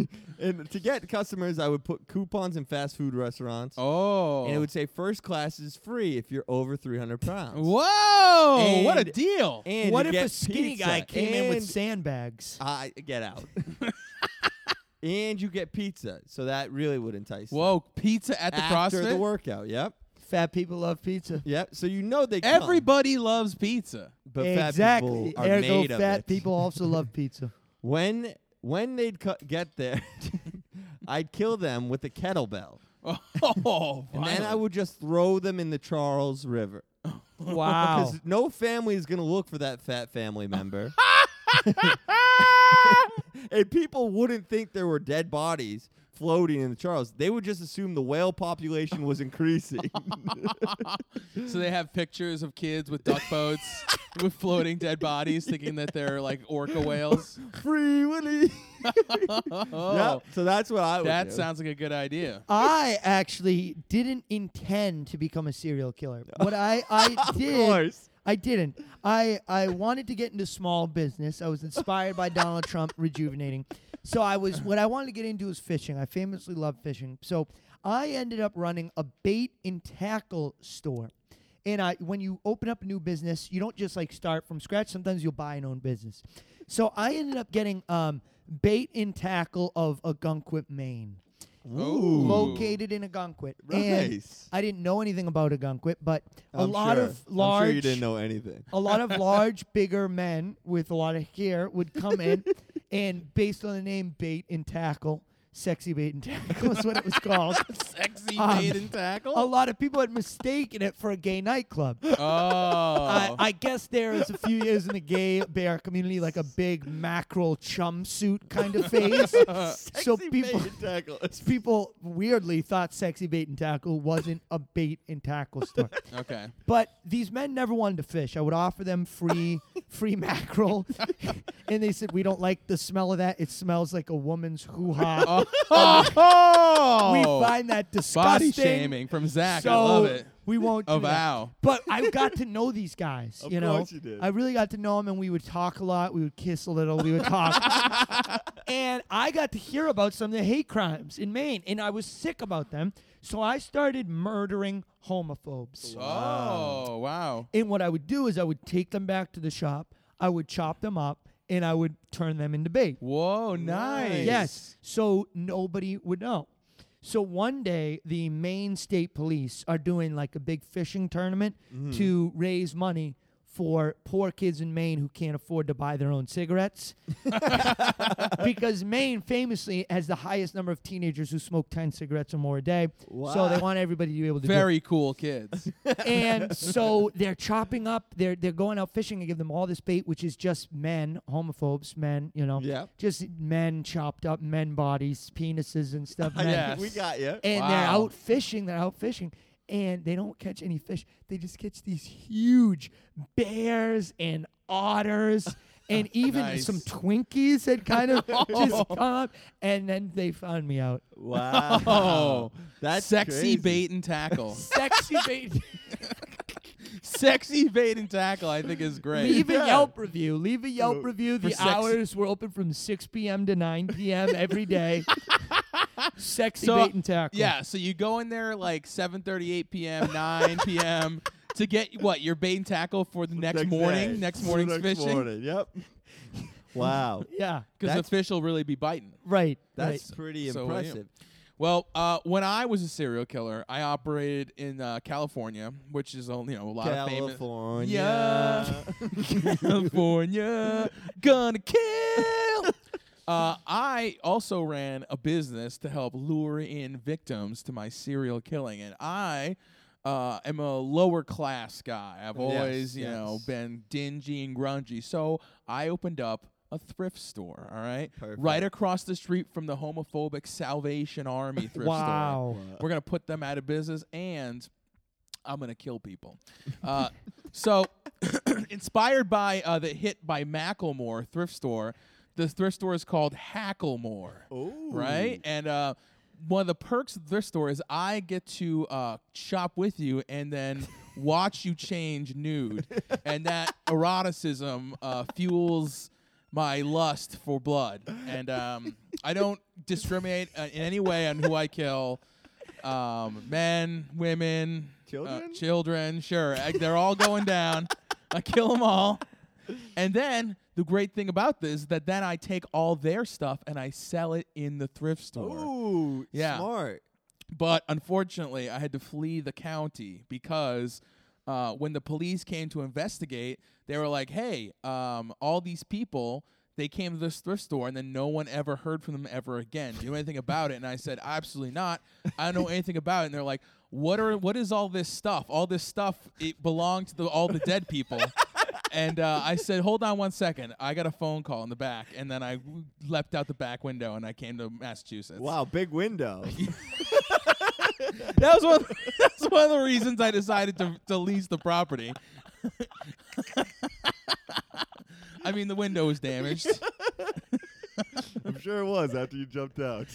S2: and to get customers, I would put coupons in fast food restaurants,
S1: Oh.
S2: and it would say first class is free if you're over 300 pounds.
S1: Whoa! what a
S2: And-
S1: deal!
S2: And
S3: what
S2: you
S3: if
S2: get
S3: a skinny
S2: pizza,
S3: guy came in with
S2: and
S3: sandbags?
S2: I get out. and you get pizza, so that really would entice. them.
S1: Whoa! Pizza at the
S2: After
S1: CrossFit.
S2: the workout, yep,
S3: Fat people love pizza.
S2: yep. So you know they come,
S1: Everybody loves pizza.
S2: but fat people
S3: exactly.
S2: are
S3: Ergo,
S2: made of
S3: fat
S2: it.
S3: people also love pizza.
S2: When when they'd cu- get there, I'd kill them with a kettlebell,
S1: Oh,
S2: and then I
S1: violent.
S2: would just throw them in the Charles River.
S3: Wow.
S2: Because no family is gonna look for that fat family member, and people wouldn't think there were dead bodies floating in the Charles. They would just assume the whale population was increasing.
S1: So they have pictures of kids with duck boats with floating dead bodies, thinking that they're like orca whales.
S2: Free Willy.
S1: Oh,
S2: Yep, so that's what I would.
S1: that
S2: do.
S1: sounds like a good idea.
S3: I actually didn't intend to become a serial killer. What I I did
S2: course.
S3: I didn't. I I wanted to get into small business. I was inspired by Donald Trump rejuvenating. So I was what I wanted to get into was fishing. I famously love fishing. So I ended up running a bait and tackle store. And I when you open up a new business, you don't just like start from scratch. Sometimes you'll buy an own business. So I ended up getting um bait and tackle of Algonquin, Maine
S1: Ooh.
S3: located in Agunquit. And
S2: Nice.
S3: I didn't know anything about Agunquit, but a
S2: I'm
S3: lot
S2: sure.
S3: of large
S2: I'm sure you didn't know anything.
S3: a lot of large bigger men with a lot of hair would come in and based on the name bait and tackle, sexy bait and tackle is what it was called.
S1: Sexy
S3: Um,
S1: maiden tackle.
S3: a lot of people had mistaken it for a gay nightclub.
S1: oh,
S2: Uh-huh.
S3: I, I guess there is a few years in the gay bear community like a big mackerel chum suit kind of phase. so
S2: Sexy
S3: people
S2: bait and tackle.
S3: people weirdly thought sexy bait and tackle wasn't a bait and tackle store.
S1: okay.
S3: but these men never wanted to fish. I would offer them free free mackerel and they said we don't like the smell of that. It smells like a woman's hoo-ha.
S1: Oh,
S3: Oh, We find that disgusting.
S1: body Oh, shaming from Zach.
S3: So
S1: I love it. Oh,
S3: we won't.
S1: Of
S3: do that.
S1: Al.
S3: But I got to know these guys.
S2: Of
S3: you know,
S2: course you did.
S3: I really got to know them, and we would talk a lot. We would kiss a little. We would talk. and I got to hear about some of the hate crimes in Maine, and I was sick about them. So I started murdering homophobes.
S1: Oh wow.
S3: And what I would do is I would take them back to the shop. I would chop them up, and I would turn them into bait.
S1: Whoa, nice.
S3: Yes. So nobody would know. So one day, the Maine State Police are doing like a big fishing tournament
S1: Mm-hmm.
S3: to raise money for poor kids in Maine who can't afford to buy their own cigarettes. because Maine famously has the highest number of teenagers who smoke 10 cigarettes or more a day. So they
S2: Wow.
S3: want everybody to be able to do it
S1: Very cool kids.
S3: and so they're chopping up. They're they're going out fishing and give them all this bait, which is just men, homophobes, men. You know,
S2: Yep.
S3: just men chopped up, men bodies, penises and stuff. men.
S1: Yes.
S2: We got you.
S3: And they're
S1: Wow.
S3: out fishing. They're out fishing, and they don't catch any fish. They just catch these huge bears and otters. And even
S1: Nice.
S3: some Twinkies had kind of just come up, and then they found me out.
S2: Wow.
S1: Oh,
S2: That's
S1: sexy
S2: crazy.
S1: bait and tackle.
S3: Sexy bait.
S1: sexy bait and tackle, I think, is great.
S3: Leave a
S2: Yeah.
S3: Yelp review. Leave a Yelp review. The
S1: sexy-
S3: hours were open from 6 p.m. to 9 p.m. every day. Sexy
S1: So,
S3: bait and tackle.
S1: Yeah, so you go in there like 7:38 p.m., 9 p.m. to get what your bait and tackle for the next, morning,
S2: day.
S1: next morning's
S2: next
S1: fishing,
S2: Morning. Yep. wow.
S3: Yeah.
S1: because the
S2: That's-
S1: fish will really be biting.
S3: Right.
S2: That's
S3: right.
S2: pretty
S1: So will you.
S2: impressive.
S1: Well, uh, when I was a serial killer, I operated in uh, California, which is only you know a lot of famous
S2: California.
S1: California gonna kill. Uh, I also ran a business to help lure in victims to my serial killing, and I uh, am a lower class guy. I've always, you know,
S2: yes.
S1: been dingy and grungy, so I opened up a thrift store. All right, right
S2: Perfect.
S1: across the street from the homophobic Salvation Army thrift store.
S3: Wow.
S1: We're gonna put them out of business, and I'm gonna kill people. Uh, so, inspired by uh, the hit by Macklemore thrift store, the thrift store is called Hacklemore,
S2: Ooh.
S1: right? And uh, one of the perks of the thrift store is I get to uh, shop with you and then watch you change nude, and that eroticism uh, fuels. My lust for blood, and um, I don't discriminate uh, in any way on who I kill um, men, women, uh,
S2: Children?
S1: children. Sure, I, they're all going down. I kill them all, and then the great thing about this is that then I take all their stuff and I sell it in the thrift store.
S2: Ooh.
S1: Yeah.
S2: Smart.
S1: But unfortunately, I had to flee the county because uh, when the police came to investigate, they were like, "Hey, um, all these people." They came to this thrift store and then no one ever heard from them ever again. Do you know anything about it? And I said, absolutely not. I don't know anything about it. And they're like, what are what is all this stuff? All this stuff it belonged to the, all the dead people. and uh, I said, hold on one second. I got a phone call in the back. And then I leapt out the back window and I came to Massachusetts
S2: Wow. Big window.
S1: that was one. That's one of the reasons I decided to, to lease the property. I mean, the window was damaged.
S2: I'm sure it was after you jumped out.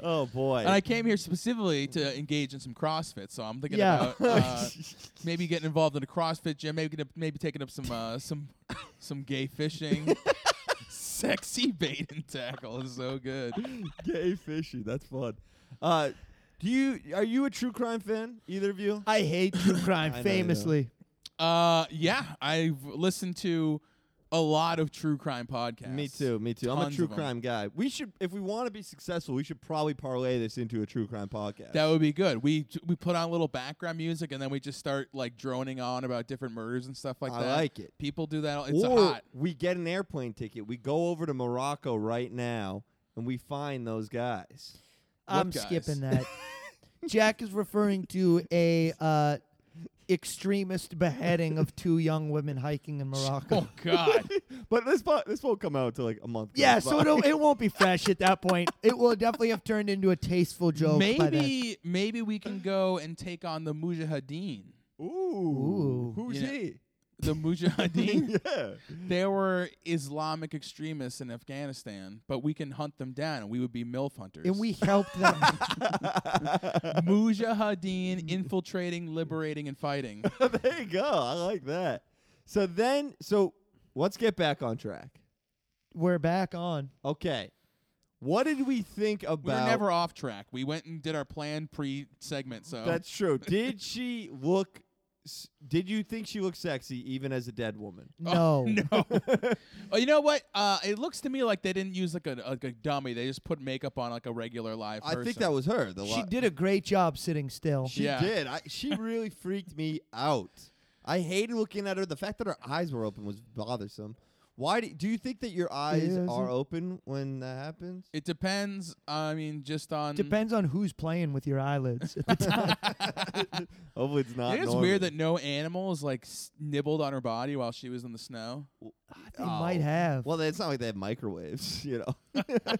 S2: oh boy.
S1: And I came here specifically to engage in some CrossFit, so I'm thinking
S3: Yeah.
S1: about uh, maybe getting involved in a CrossFit gym, maybe getting- maybe taking up some uh, some some gay fishing, sexy bait and tackle is so good.
S2: Gay fishy. That's fun. Uh, do you are you a true crime fan? Either of you?
S3: I hate true crime
S2: I know, I know.
S3: famously.
S1: Uh, yeah, I've listened to a lot of true crime podcasts.
S2: Me too. Me too. I'm
S1: Tons
S2: a true
S1: of 'em.
S2: crime guy. We should, if we want to be successful, we should probably parlay this into a true crime podcast.
S1: That would be good. We we put on a little background music and then we just start like droning on about different murders and stuff like
S2: I
S1: that.
S2: like it.
S1: People do that. all- It's
S2: or
S1: hot.
S2: we get an airplane ticket. We go over to Morocco right now, and we find those guys.
S3: I'm
S1: guys?
S3: skipping that. Jack is referring to a uh, extremist beheading of two young women hiking in Morocco.
S1: Oh God.
S2: But this po- this won't come out until like a month.
S3: Yeah,
S2: goes
S3: so
S2: by.
S3: it'll, it won't be fresh at that point. It will definitely have turned into a tasteful joke. by then.
S1: maybe maybe we can go and take on the Mujahideen.
S2: ooh,
S3: Ooh.
S2: who's
S1: Yeah.
S2: he?
S1: the Mujahideen,
S2: yeah.
S1: they were Islamic extremists in Afghanistan, but we can hunt them down, and we would be MILF hunters.
S3: and we helped them.
S1: Mujahideen infiltrating, liberating, and fighting.
S2: there you go. I like that. So then, so let's get back on track.
S3: We're back on.
S2: Okay. What did we think about?
S1: We were never off track. We went and did our planned pre-segment. So
S2: That's true. Did she look? s- Did you think she looked sexy even as a dead woman?
S3: No.
S1: no. oh, you know what? Uh, it looks to me like they didn't use like a, like a dummy. They just put makeup on like a regular live.
S2: I think
S1: person.
S2: that was her. The
S3: She
S2: li-
S3: did a great job sitting still.
S2: She
S1: Yeah.
S2: did. I, she really freaked me out. I hated looking at her. The fact that her eyes were open was bothersome. Why do, do you think that your eyes
S3: Is
S2: are
S3: it-
S2: open when that happens?
S1: It depends. I mean, just on.
S3: Depends on who's playing with your eyelids at the time.
S2: Hopefully it's not.
S1: It is weird that no animals like s- nibbled on her body while she was in the snow.
S3: they might have.
S2: Oh, Well, it's not like they have microwaves, you know.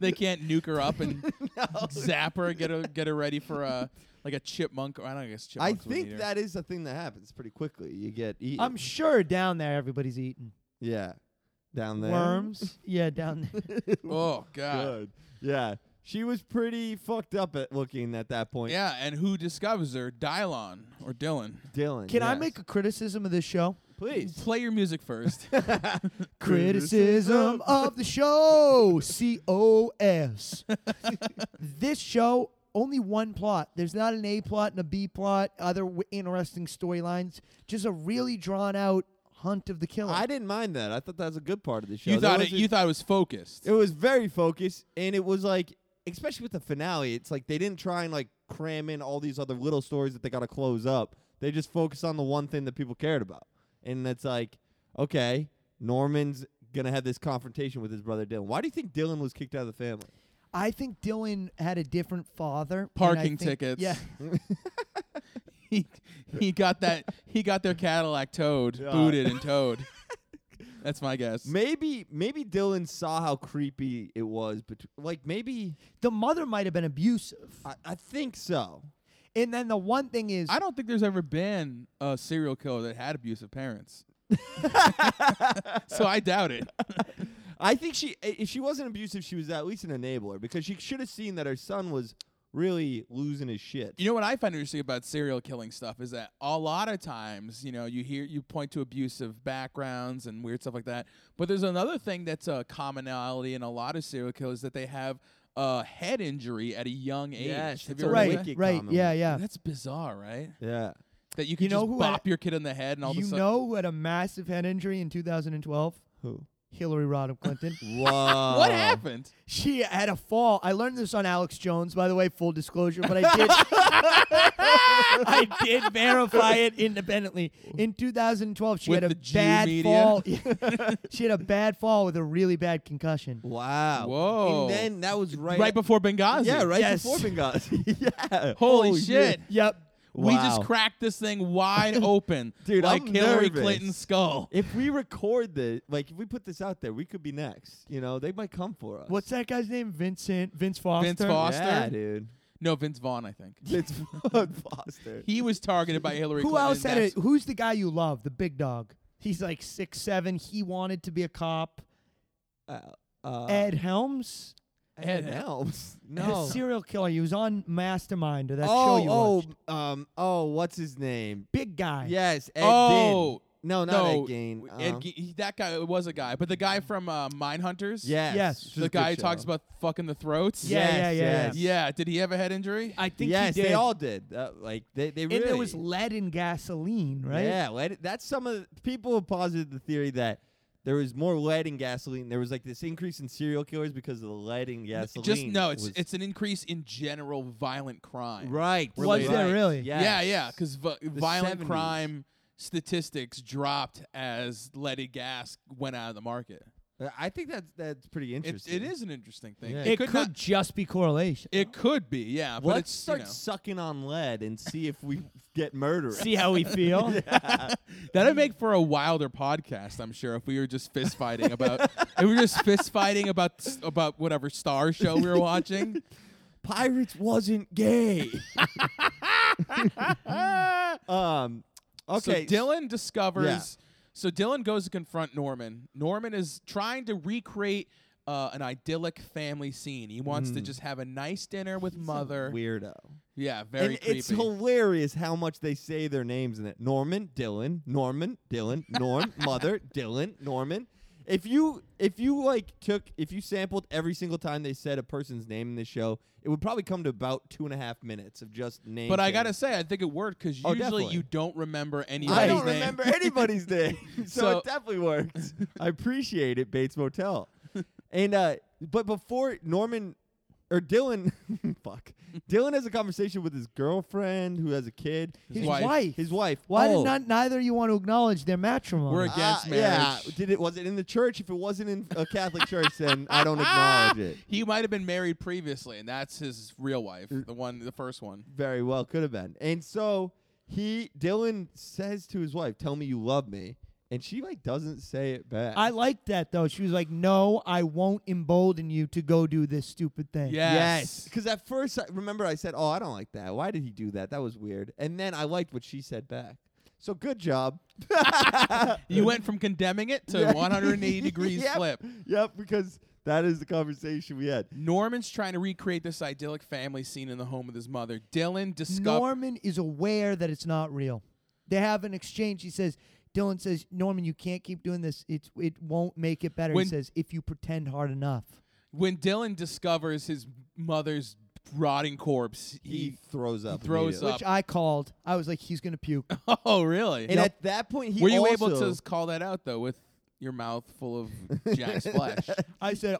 S1: They can't nuke her up and zap her, get her get her ready for a like a chipmunk. Or I don't guess
S2: I
S1: chipmunks. wouldn't eat
S2: think
S1: her.
S2: that is the thing that happens pretty quickly. You get eaten.
S3: I'm sure down there everybody's eating
S2: yeah, down there.
S3: worms. Yeah, down there.
S1: Oh god.
S2: Good. Yeah, she was pretty fucked up at looking at that point.
S1: Yeah, and who discovers her? Dylon or Dylan?
S2: Dylan.
S3: Can I
S2: yes.
S3: make a criticism of this show?
S2: please?
S1: Play your music first.
S3: Criticism of the show. C O S. This show only one plot. There's not an A plot and a B plot. Other w- interesting storylines. Just a really drawn out hunt of the killer.
S2: I didn't mind that. I thought that was a good part of the show.
S1: you
S2: There
S1: thought it,
S2: wasn't-
S1: you thought it was focused.
S2: It was very focused, and it was like, especially with the finale, it's like they didn't try and like cram in all these other little stories that they got to close up. They just focused on the one thing that people cared about, and it's like, okay, Norman's gonna have this confrontation with his brother Dylan. Why do you think Dylan was kicked out of the family?
S3: I think Dylan had a different father. and I
S1: Parking
S3: think-
S1: tickets.
S3: Yeah.
S1: he he got that he got their Cadillac towed,
S2: Yeah.
S1: booted and towed. That's my guess.
S2: Maybe, maybe Dylan saw how creepy it was, but like maybe
S3: The mother might have been abusive.
S2: I, I think so.
S3: And then the one thing is,
S1: I don't think there's ever been a serial killer that had abusive parents. so I doubt it.
S2: I think she, i- if she wasn't abusive, she was at least an enabler because she should have seen that her son was really losing his shit.
S1: You know what I find interesting about serial killing stuff is that a lot of times, you know, you hear you point to abusive backgrounds and weird stuff like that. But there's another thing that's a commonality in a lot of serial killers that they have a head injury at a young age.
S2: Yes,
S1: Have
S2: it's a
S1: you ever heard
S3: right,
S1: of
S2: wicked
S3: right,
S2: comment.
S3: yeah,
S1: that?
S3: yeah.
S1: That's bizarre, right?
S2: Yeah.
S1: That you can
S3: know
S1: just
S3: who had-
S1: bop your kid in the head and all
S3: you
S1: of a sudden.
S3: know what a massive head injury in 2012?
S2: Who?
S3: Hillary Rodham Clinton.
S2: Whoa.
S1: what happened?
S3: she had a fall. I learned this on Alex Jones, by the way, full disclosure, but I did I did verify it independently. In 2012, she
S1: With
S3: had
S1: the
S3: a
S1: Jew
S3: bad
S1: media?
S3: fall. she had a bad fall with a really bad concussion.
S2: Wow.
S1: Whoa.
S2: And then that was right.
S1: Right before Benghazi.
S2: Yeah, right
S3: Yes.
S2: before Benghazi. yeah.
S1: Holy
S2: Holy
S1: shit.
S3: Yep.
S1: We just
S2: Wow.
S1: cracked this thing wide open.
S2: Dude,
S1: like
S2: I'm
S1: Hillary
S2: nervous.
S1: Clinton's skull.
S2: If we record this, like if we put this out there, we could be next. You know, they might come for us.
S3: What's that guy's name? Vincent Vince Foster.
S1: Vince Foster.
S2: Yeah, dude.
S1: No, Vince Vaughn, I think.
S2: It's Foster.
S1: He was targeted by Hillary
S3: Who
S1: Clinton.
S3: else
S1: and
S3: had it?
S1: that's-
S3: Who's the guy you love? The big dog. He's like six seven. He wanted to be a cop.
S2: Uh, uh,
S3: Ed Helms.
S2: Ed
S1: Ed-
S2: Helms.
S3: A
S2: No.
S3: serial killer. He was on Mastermind or that
S2: oh,
S3: show you
S2: oh,
S3: watched.
S2: um, oh, what's his name?
S3: Big guy.
S2: Yes, Ed
S1: Oh,
S2: Gein. Uh-huh. No, not
S1: no,
S2: Ed Gain.
S1: Ed Gein- he- that guy it was a guy, but the
S3: Mm-hmm.
S1: guy from uh, Mindhunters.
S2: Yes.
S3: Yes.
S2: which was
S1: The
S2: a
S1: guy who
S2: good
S1: talks
S2: show.
S1: about fucking the throats.
S3: Yeah, yeah, yeah,
S2: yes.
S3: yeah.
S1: Yeah. Did he have a head injury?
S3: I think
S2: yes,
S3: he did.
S2: they all did. Uh, like they, they
S3: and
S2: really.
S3: there was lead in gasoline, right?
S2: Yeah, lead, that's some of the, people have posited the theory that there was more lead in gasoline. There was like this increase in serial killers because of the lead in gasoline.
S1: Just no. It's
S2: was-
S1: it's an increase in general violent crime.
S2: right.
S1: Was
S2: related.
S1: there
S3: really?
S2: Yes.
S1: Yeah, yeah, because violent
S2: 70s.
S1: crime statistics dropped as leaded gas went out of the market.
S2: Uh, I think that's that's pretty
S1: It,
S2: interesting.
S1: it is an interesting thing.
S2: Yeah.
S3: It, could,
S1: not-
S3: just be correlation.
S1: it could be, yeah. But
S2: Let's
S1: it's
S2: start
S1: you know,
S2: sucking on lead and see if we get murderous.
S3: See how we feel?
S1: That'd make for a wilder podcast, I'm sure, if we were just fist fighting about if we were just fist fighting about s- about whatever star show we were watching.
S2: Pirates wasn't gay. um, Okay,
S1: So Dylan discovers. So Dylan goes to confront Norman. Norman is trying to recreate uh, an idyllic family scene. He wants to just have a nice dinner with mother.
S2: weirdo.
S1: yeah, very
S2: and
S1: creepy.
S2: it's hilarious how much they say their names in it. Norman, Dylan, Norman, Dylan, Norm, mother, Dylan, Norman. If you if you like took if you sampled every single time they said a person's name in the show, it would probably come to about two and a half minutes of just names.
S1: but I gotta say, I think it worked because
S2: Oh,
S1: usually
S2: definitely.
S1: you don't remember anybody's
S2: I don't
S1: name.
S2: remember anybody's name, so,
S1: So-
S2: it definitely works. I appreciate it, Bates Motel. and uh, but before Norman or Dylan, fuck, Dylan has a conversation with his girlfriend who has a kid.
S3: His
S1: wife.
S3: wife.
S2: His wife.
S3: Why
S2: Oh.
S3: did not neither of you want to acknowledge their matrimony?
S1: We're against
S2: Ah,
S1: marriage.
S2: Yeah. Did it? Was it in the church? If it wasn't in a Catholic church, then I don't acknowledge it.
S1: Ah! He might have been married previously, and that's his real wife,
S2: Mm.
S1: the one, the first one.
S2: Very well, could have been. And so he, Dylan, says to his wife, "Tell me you love me," and she like doesn't say it back.
S3: I liked that though. She was like, "No, I won't embolden you to go do this stupid thing."
S1: Yes.
S2: Because at first, I, remember, I said, "Oh, I don't like that. Why did he do that? That was weird." And then I liked what she said back. So good job.
S1: You went from condemning it to
S2: Yeah.
S1: 180 degrees
S2: Yep.
S1: flip.
S2: Yep, because that is the conversation we had.
S1: Norman's trying to recreate this idyllic family scene in the home with his mother. Dylan discovers.
S3: Norman is aware that it's not real. They have an exchange. He says, Dylan says, Norman, you can't keep doing this. It, it won't make it better.
S1: When-
S3: he says, if you pretend hard enough.
S1: when Dylan discovers his mother's rotting corpse,
S2: He, throws up.
S1: throws
S2: immediately.
S1: up.
S3: Which I called. I was like, he's going to puke.
S1: he. Oh, really?
S2: And at that point, he
S1: Were you
S2: also,
S1: able to s- call that out though with your mouth full of Jack's flesh?
S3: I said,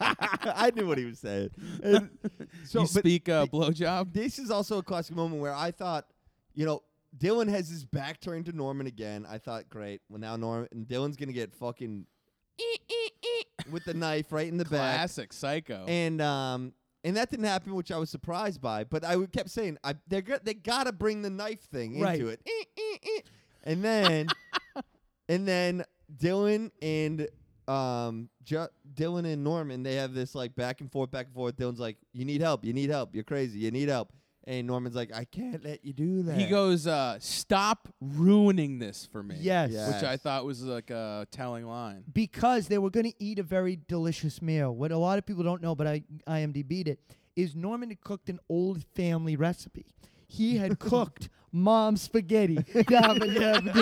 S2: I knew what he was saying. And so,
S1: you
S2: but
S1: speak uh, blowjob.
S2: this is also a classic moment where I thought, you know, Dylan has his back turned to Norman again. I thought, great. Well, now Norman and Dylan's gonna get fucking with the knife right in the back.
S1: Classic psycho.
S2: And um, and that didn't happen, which I was surprised by. But I would- kept saying, I they they gotta bring the knife thing
S3: Right.
S2: into it. Eh, And then, and then Dylan and um, Ju- Dylan and Norman, they have this like back and forth, back and forth. Dylan's like, "You need help. You need help. You're crazy. You need help." And Norman's like, "I can't let you do that."
S1: he goes, uh, "Stop ruining this for me."
S3: yes.
S2: Yeah.
S1: Which I thought was like a telling line.
S3: Because they were going to eat a very delicious meal. What a lot of people don't know, but I IMDb'd it, is Norman had cooked an old family recipe. He had cooked mom's spaghetti. Yabba dabba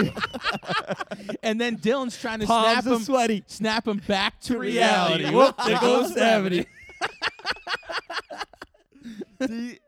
S3: doo.
S1: And then Dylan's trying to snap
S3: Palms are
S1: him,
S3: sweaty.
S1: snap him back to
S3: reality.
S1: reality.
S3: Whoop, there goes gravity.
S2: Did,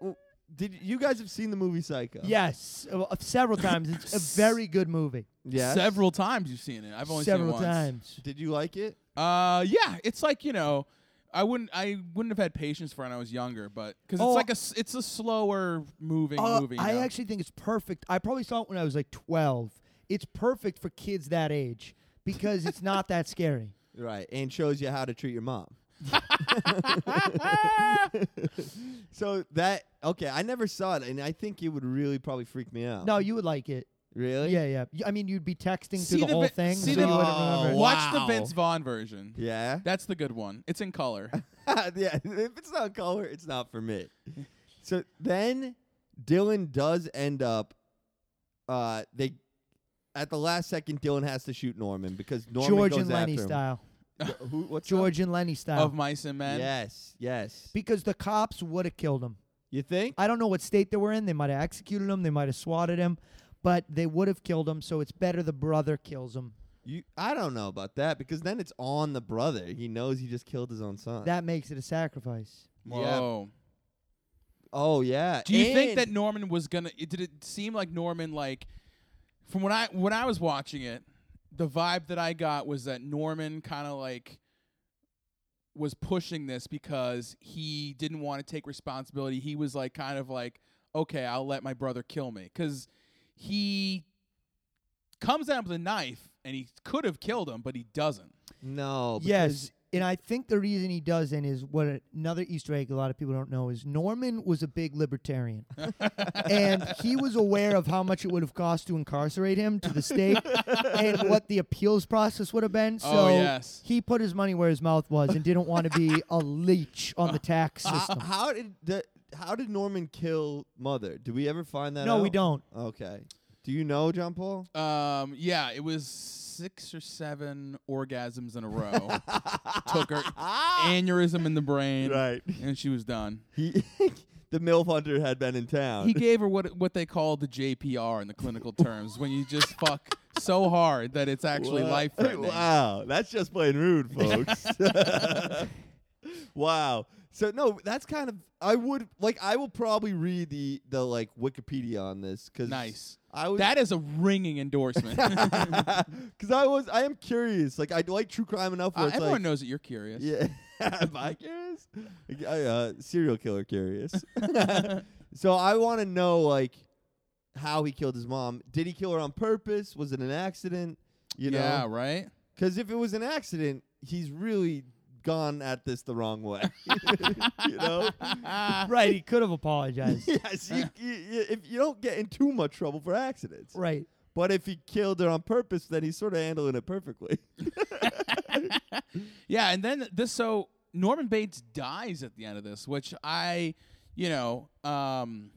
S2: did you guys have seen the movie Psycho?
S3: Yes, uh, uh, several times. It's a very good movie.
S2: Yes?
S1: Several times you've seen it. I've only
S3: several
S1: seen it once.
S3: times.
S2: Did you like it?
S1: Uh, yeah, it's like you know, I wouldn't, I wouldn't have had patience for when I was younger, but because
S3: Oh.
S1: it's like a, s- it's a slower moving
S3: Uh,
S1: movie.
S3: I
S1: now.
S3: actually think it's perfect. I probably saw it when I was like 12. It's perfect for kids that age because it's not that scary.
S2: Right, and shows you how to treat your mom. so that okay, I never saw it, and I think it would really probably freak me
S1: Oh.
S2: out.
S3: No, you would like it.
S2: really?
S3: Yeah, yeah. Y- I mean, you'd be texting
S1: See
S3: through the,
S1: the
S3: whole
S1: vi-
S3: thing,
S1: see
S3: so
S1: the-
S3: you wouldn't
S2: Oh,
S3: remember. it.
S1: watch the
S2: Wow.
S1: Vince Vaughn version.
S2: yeah,
S1: That's the good one. It's in color.
S2: yeah. If it's not color, it's not for me. So then, Dylan does end up. Uh, they at the last second, Dylan has to shoot Norman because Norman
S3: George
S2: goes
S3: and Lenny
S2: after him.
S3: style.
S2: Who, what's that?
S3: George and Lenny style.
S1: of mice and men.
S2: Yes, yes.
S3: because the cops would have killed him.
S2: You think?
S3: I don't know what state they were in. They might have executed him. They might have swatted him, but they would have killed him. So it's better the brother kills him.
S2: You, I don't know about that because then it's on the brother. He knows he just killed his own son.
S3: That makes it a sacrifice.
S1: Whoa.
S2: oh yeah.
S1: Do you think
S2: And-
S1: that Norman was gonna? It, did it seem like Norman like? From when I when I was watching it, the vibe that I got was that Norman kind of like was pushing this because he didn't want to take responsibility. He was like kind of like, okay, I'll let my brother kill me because he comes out with a knife and he could have killed him, but he doesn't.
S2: no? because-
S3: Yes, and I think the reason he doesn't is what another Easter egg a lot of people don't know is Norman was a big libertarian, and he was aware of how much it would have cost to incarcerate him to the state, and what the appeals process would have been. So
S1: Oh, yes.
S3: he put his money where his mouth was and didn't want to be a leech on the tax
S2: Ho-
S3: system.
S2: how did the, how did Norman kill mother? Did we ever find that?
S3: No, we
S2: out?
S3: don't.
S2: Okay. Do you know John Paul?
S1: Um, yeah, it was six or seven orgasms in a row. Took her aneurysm in the brain,
S2: Right.
S1: and she was done.
S2: He, the MILF hunter had been in town.
S1: He gave her what what they call the JPR in the clinical terms, when you just fuck so hard that it's actually
S2: Wow.
S1: life threatening.
S2: Wow, that's just plain rude, folks. wow. So no, that's kind of I would like I will probably read the the like Wikipedia on this because
S1: Nice.
S2: I was
S1: That is a ringing endorsement. Uh,
S2: because I was I am curious. Like I like true crime enough where it's
S1: Uh, everyone
S2: like
S1: knows that you're curious.
S2: yeah. am I curious? Like, I, uh, serial killer curious. so I want to know like how he killed his mom. Did he kill her on purpose? Was it an accident? You know.
S1: yeah, right.
S2: Because if it was an accident, he's really gone at this the wrong way. you know?
S3: right, he could have apologized.
S2: Yes, you, you, you- if you don't get in too much trouble for accidents.
S3: right.
S2: But if he killed her on purpose, then he's sort of handling it perfectly.
S1: Yeah, and then this so Norman Bates dies at the end of this, which I, you know, um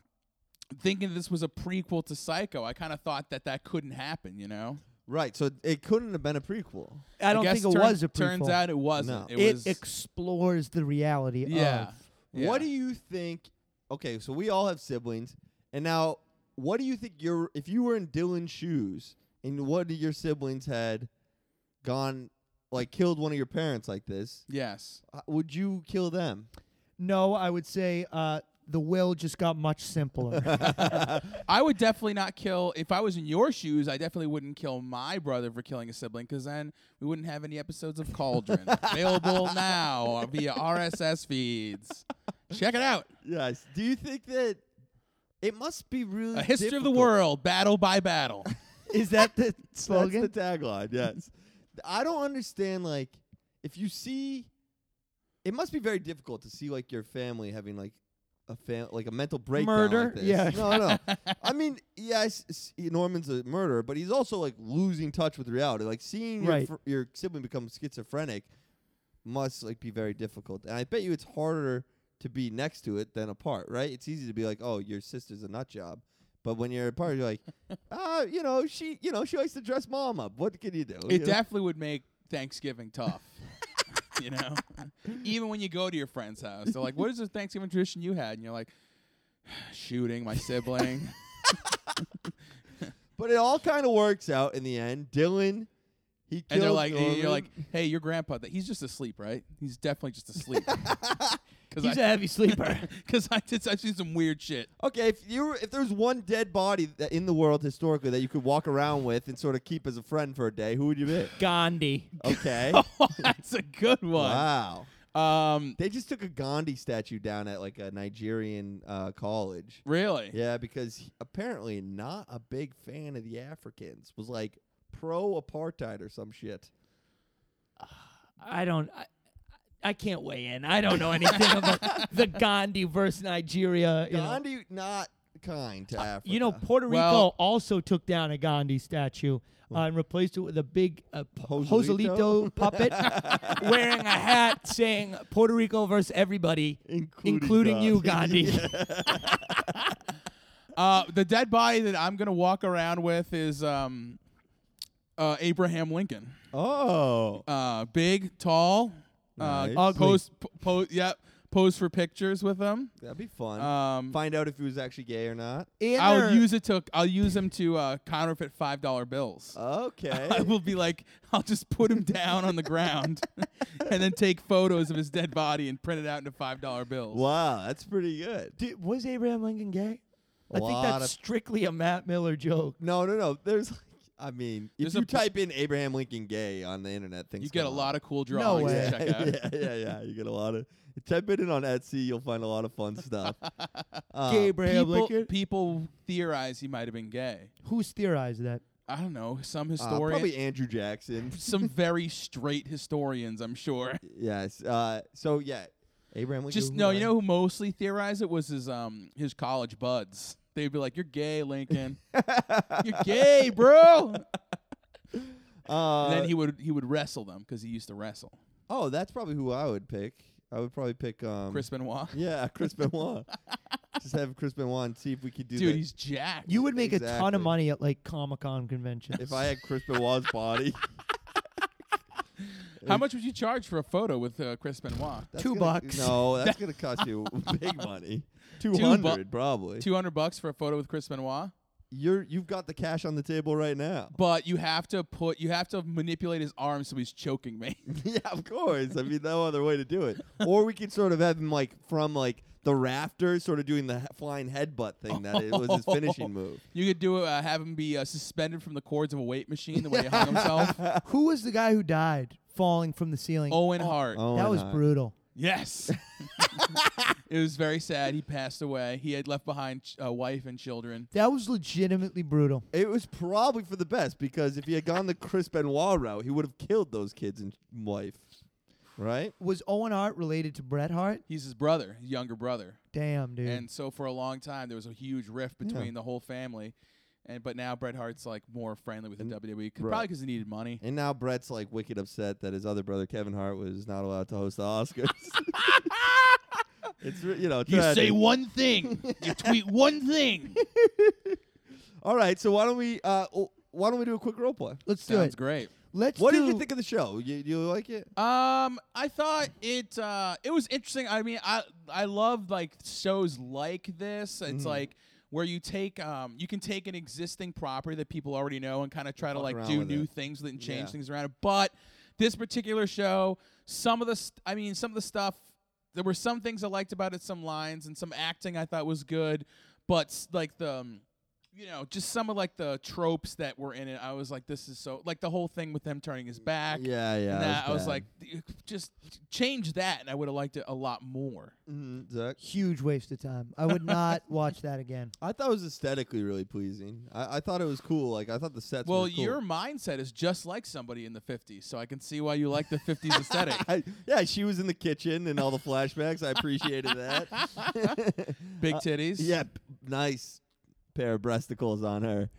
S1: thinking this was a prequel to Psycho, I kind of thought that that couldn't happen, you know.
S2: right, so it couldn't have been a prequel.
S3: I don't
S1: guess
S3: think it
S1: turn-
S3: was a prequel.
S1: Turns out it wasn't.
S2: No.
S1: It,
S3: it
S1: was
S3: explores the reality
S1: yeah,
S3: of
S1: yeah.
S2: What do you think? Okay, so we all have siblings. And now, what do you think your if you were in Dylan's shoes and one of your siblings had gone like killed one of your parents like this,
S1: Yes.
S2: uh, would you kill them?
S3: No, I would say uh, the will just got much simpler.
S1: I would definitely not kill if I was in your shoes, I definitely wouldn't kill my brother for killing a sibling cuz then we wouldn't have any episodes of Cauldron available now via RSS feeds. Check it out.
S2: Yes. Do you think that it must be really
S1: A history of the
S2: difficult-
S1: world, battle by battle.
S3: Is that the
S2: That's
S3: slogan?
S2: the tagline. Yes. I don't understand. Like, if you see, it must be very difficult to see like your family having like a fam- like a mental breakdown. like
S3: Murder?
S2: this.
S3: Yeah.
S2: No, no. I mean, yes, s- Norman's a murderer, but he's also like losing touch with reality. Like seeing your
S3: Right.
S2: fr- your sibling become schizophrenic must like be very difficult. And I bet you it's harder to be next to it than apart, right? It's easy to be like, oh, your sister's a nut job. But when you're apart, you're like, ah, you know, she, you know, she likes to dress mom up. What can you do? You
S1: It
S2: know?
S1: definitely would make Thanksgiving tough. you know, even when you go to your friend's house, they're like, "What is the Thanksgiving tradition you had?" And you're like, "Shooting my sibling."
S2: but it all kind of works out in the end. Dylan, he killed
S1: and they're like, and "You're
S2: Norman.
S1: like, hey, your grandpa, that he's just asleep, right? He's definitely just asleep."
S3: He's
S1: Because
S3: a heavy sleeper.
S1: because I did I've seen some weird shit.
S2: Okay, if you were, if there's one dead body that in the world historically that you could walk around with and sort of keep as a friend for a day, who would you be?
S3: Gandhi.
S2: Okay.
S1: Oh, that's a good one.
S2: wow.
S1: Um,
S2: They just took a Gandhi statue down at like a Nigerian uh, college.
S1: really?
S2: Yeah, because he- apparently not a big fan of the Africans. Was like pro apartheid or some shit.
S3: I don't. I, I can't weigh in. I don't know anything about the Gandhi versus Nigeria. You know, Uh,
S2: Gandhi not kind to Africa.
S3: you know Puerto Rico
S1: Well-
S3: also took down a Gandhi statue uh, and replaced it with a big uh, p-
S2: Joselito?
S3: Joselito puppet wearing a hat saying Puerto Rico versus everybody,
S2: Including
S3: including you,
S2: Gandhi.
S3: Gandhi.
S1: Uh, the dead body that I'm gonna walk around with is um, uh, Abraham Lincoln.
S2: oh,
S1: uh, big, tall,
S2: Nice.
S1: uh,
S2: Ugly.
S1: pose, p- pose, yep, pose for pictures with him.
S2: that'd be fun.
S1: Um,
S2: Find out if he was actually gay or not.
S3: In
S1: I'll
S3: their-
S1: use it to, I'll use him to uh, counterfeit five dollar bills.
S2: Okay.
S1: I will be like, I'll just put him down on the ground, and then take photos of his dead body and print it out into five dollar bills.
S2: wow, that's pretty good.
S3: Dude, was Abraham Lincoln gay?
S2: A
S3: I think
S2: lot
S3: that's
S2: of-
S3: strictly a Matt Miller joke.
S2: No, no, no. There's, like, I mean, if
S1: There's
S2: you
S1: a-
S2: type in Abraham Lincoln gay on the internet, things
S1: You get a
S2: come
S1: lot
S2: up.
S1: of cool drawings
S3: way.
S1: to
S2: yeah,
S1: check out.
S2: yeah, yeah, yeah. You get a lot of. Type it in on Etsy, you'll find a lot of fun stuff. Uh,
S3: Abraham
S1: People,
S3: Lincoln.
S1: people theorize he might have been gay.
S3: Who's theorized that?
S1: I don't know. Some
S2: uh,
S1: historian,
S2: probably Andrew Jackson.
S1: some very straight historians, I'm sure.
S2: yes. Uh, so yeah, Abraham Lincoln.
S1: Just
S2: who
S1: no,
S2: am
S1: you
S2: I?
S1: know who mostly theorized it was his um his college buds. They'd be like, "You're gay, Lincoln. You're gay, bro."
S2: Uh,
S1: and then he would he would wrestle them because he used to wrestle.
S2: oh, that's probably who I would pick. I would probably pick um,
S1: Chris Benoit.
S2: Yeah, Chris Benoit. Just have Chris Benoit and see if we could do
S1: Dude,
S2: that.
S1: he's jacked.
S3: You would make a ton
S2: Exactly.
S3: of money at like Comic Con conventions.
S2: If I had Chris Benoit's body,
S1: How much would you charge for a photo with uh, Chris Benoit?
S2: that's
S3: Two
S2: gonna-
S3: bucks.
S2: No, that's gonna cost you big money. Two
S1: bu-
S2: hundred probably.
S1: Two hundred bucks for a photo with Chris Benoit,
S2: You're you've got the cash on the table right now.
S1: but you have to put you have to manipulate his arm so he's choking me.
S2: yeah, of course. I mean, no other way to do it. Or we could sort of have him like from like the rafters, sort of doing the he- flying headbutt thing that it was his finishing move.
S1: You could do uh, have him be uh, suspended from the cords of a weight machine the way he hung himself.
S3: Who was the guy who died falling from the ceiling?
S1: Owen Hart.
S2: Oh,
S3: that was
S2: and I-
S3: brutal.
S1: Yes. it was very sad. He passed away. He had left behind ch- a wife and children.
S3: That was legitimately brutal.
S2: It was probably for the best because if he had gone the Chris Benoit route, he would have killed those kids and wife, right?
S3: Was Owen Hart related to Bret Hart?
S1: He's his brother, his younger brother.
S3: Damn, dude.
S1: And so for a long time there was a huge rift between the whole family. And but now Bret Hart's like more friendly with the WWE, 'cause-
S2: right.
S1: probably because he needed money.
S2: And now Brett's like wicked upset that his other brother Kevin Hart was not allowed to host the Oscars. it's re- you know tragic.
S1: one thing, you tweet one thing.
S2: All right, so why don't we uh o- why don't we do a quick role play?
S3: Let's do
S1: Sounds
S3: it.
S1: great.
S3: Let's
S2: What
S3: do
S2: did you think of the show? You, you like it?
S1: Um, I thought it uh it was interesting. I mean, I I love like shows like this. It's
S2: Mm-hmm.
S1: like where you take um you can take an existing property that people already know and kind of try to
S2: Fuck
S1: like
S2: around
S1: do
S2: with
S1: new
S2: it.
S1: things with it and change
S2: Yeah.
S1: things around it. But this particular show, some of the st- I mean, some of the stuff there were some things I liked about it, some lines and some acting I thought was good, but s- like the um, you know, just some of like the tropes that were in it, I was like, this is so like the whole thing with them turning his back.
S2: Yeah, yeah.
S1: And
S2: it
S1: that, I was
S2: bad.
S1: like, "D- just change that, and I would have liked it a lot more.
S2: Mhm, Zach.
S3: Huge waste of time. I would not watch that again.
S2: I thought it was aesthetically really pleasing. I, I thought it was cool. Like I thought the sets.
S1: well,
S2: were cool.
S1: your mindset is just like somebody in the 50s, so I can see why you like the 50s aesthetic.
S2: I, yeah, she was in the kitchen and all the flashbacks. I appreciated that.
S1: Big titties.
S2: yeah, p- nice pair of breasticles on her.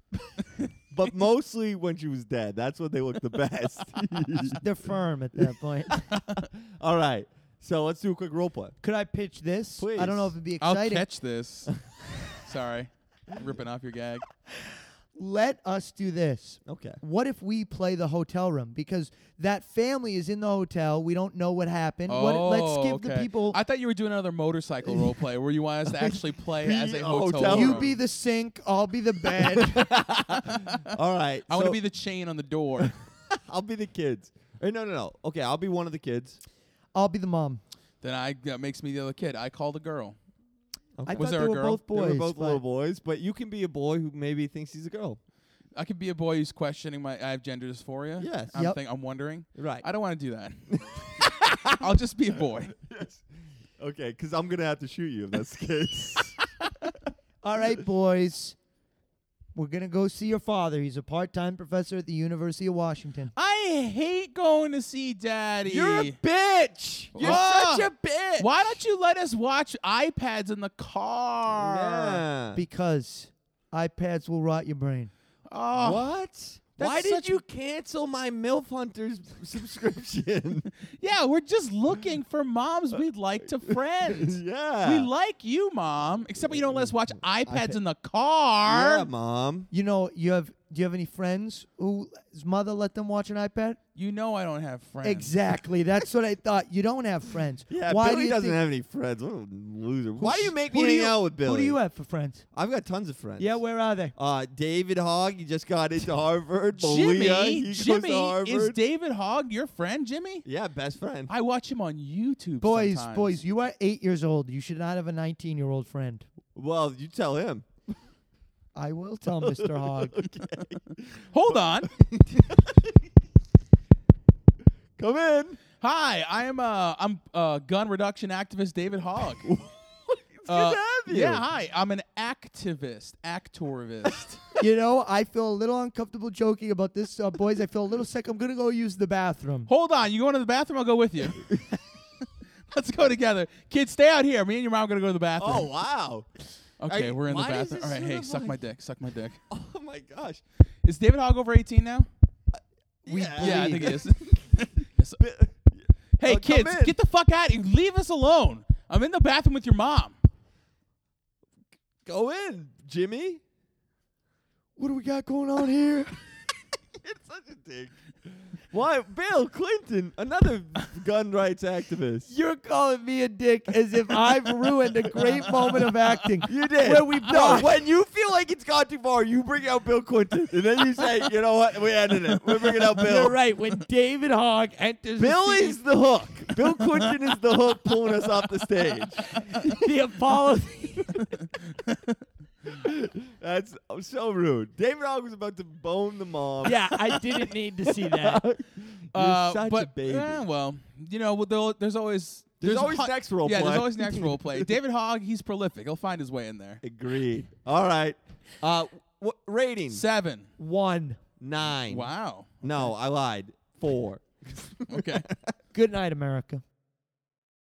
S2: but mostly when she was dead. That's when they look the best.
S3: They're firm at that point.
S2: all right. So let's do a quick role play.
S3: Could I pitch this? I don't
S2: Please.
S3: know if it'd be
S1: I'll
S3: exciting.
S1: catch this. Sorry, I'm ripping off your gag.
S3: Let us do this.
S2: Okay.
S3: What if we play the hotel room? Because that family is in the hotel. We don't know what happened.
S1: Oh,
S3: what, let's give the
S1: okay.
S3: people.
S1: I thought you were doing another motorcycle role play where you want us to actually play
S2: Be
S1: as a
S2: a
S1: hotel.
S2: hotel
S3: you
S1: room.
S3: be the sink. I'll be the bed.
S2: All right.
S1: I
S2: so
S1: want to be the chain on the door.
S2: I'll be the kids. Or no, no, no. Okay, I'll be one of the kids.
S3: I'll be the mom.
S1: then I that makes me the other kid. I call the girl.
S3: I
S1: Was
S3: thought
S1: there
S3: they
S1: a
S3: were
S1: girl?
S3: both boys.
S2: they were both
S3: but-
S2: little boys, but you can be a boy who maybe thinks he's a girl.
S1: I could be a boy who's questioning my I have gender dysphoria.
S2: Yes.
S1: I'm
S3: Yep.
S1: think, I'm wondering.
S2: Right.
S1: I don't want to do that. I'll just be a boy.
S2: Okay, because I'm gonna have to shoot you if that's the case.
S3: All right, boys. We're going to go see your father. He's a part time professor at the University of Washington.
S1: I hate going to see Daddy.
S2: bitch.
S1: Oh.
S2: bitch.
S1: Why don't you let us watch iPads in the car?
S2: Yeah.
S3: Because iPads will rot your brain.
S1: Oh,
S2: what?
S1: That's such-
S2: cancel my MILF Hunters subscription?
S1: yeah, we're just looking for moms we'd like to friend.
S2: yeah.
S1: We like you, Mom, except you don't let us watch iPads
S2: iPad-
S1: in the car.
S2: Yeah, mom.
S3: You know, you have. Do you have any friends whose mother let them watch an iPad?
S1: You know I don't have friends.
S3: Exactly. That's what I thought. You don't have friends.
S2: Yeah,
S3: Why
S2: Billy
S3: do you
S2: doesn't
S3: think-
S2: have any friends. What a loser. Why do you make
S3: Who
S2: me
S3: do
S2: hang
S3: you-
S2: out with Billy?
S3: Who do you have for friends?
S2: I've got tons of friends.
S3: Yeah, where are they?
S2: Uh, David Hogg, he just got into Harvard. Malia, he
S1: Jimmy,
S2: goes to
S1: Jimmy
S2: Harvard.
S1: is David Hogg your friend, Jimmy?
S2: yeah, best friend.
S1: I watch him on YouTube.
S3: Boys,
S1: sometimes.
S3: boys, you are eight years old. You should not have a 19 year old friend.
S2: Well, you tell him.
S3: I will tell Mr. Hogg.
S1: Hold on.
S2: Come in.
S1: Hi, I am uh I'm uh gun reduction activist David Hogg.
S2: It's
S1: Uh,
S2: good to have you.
S1: Yeah, hi. I'm an activist, actorvist.
S3: you know, I feel a little uncomfortable joking about this. Uh, boys, I feel a little sick. I'm going to go use the bathroom.
S1: Hold on, you going to the bathroom? I'll go with you. Let's go together. Kids, stay out here. Me and your mom are gonna go to the bathroom.
S2: Oh wow.
S1: okay,
S2: I-
S1: we're in the
S2: why does
S1: bathroom.
S2: this
S1: All right,
S2: sort
S1: hey,
S2: of
S1: suck my
S2: like-
S1: dick, suck my dick.
S2: Oh my gosh.
S1: Is David Hogg over 18 now?
S2: We
S1: Yeah, I think he
S2: it is.
S1: is. Yes, sir. hey,
S2: Uh, come
S1: kids,
S2: in.
S1: get the fuck out! of here. Leave us alone. I'm in the bathroom with your mom.
S2: Go in, Jimmy.
S3: What do we got going on here?
S2: It's such a dick. Why, Bill Clinton, another gun rights activist.
S3: You're calling me a dick as if I've ruined a great moment of acting.
S2: You did.
S3: Where we
S2: no,
S3: brought
S2: when you feel like it's gone too far, you bring out Bill Clinton, and then you say, you know what, we ended it. We're bringing out Bill.
S3: You're right. When David Hogg enters
S2: Bill
S3: the, scene,
S2: is the hook. Bill Clinton is the hook pulling us off the stage.
S3: the Apollo.
S2: That's so rude. David Hogg was about to bone the mom.
S3: yeah, I didn't need to see that.
S2: You're
S1: Uh,
S2: such
S1: but,
S2: a baby.
S1: Yeah, well, you know, well, there'll- there's always
S2: There's
S1: a
S2: always
S1: hu-
S2: next role
S1: yeah,
S2: play.
S1: there's always next role play. David Hogg, he's prolific. He'll find his way in there.
S2: Agreed. All right. Uh, wh- rating
S1: Seven.
S3: One.
S2: nine.
S1: Wow.
S2: No, I lied. Four.
S1: Okay.
S3: Good night, America.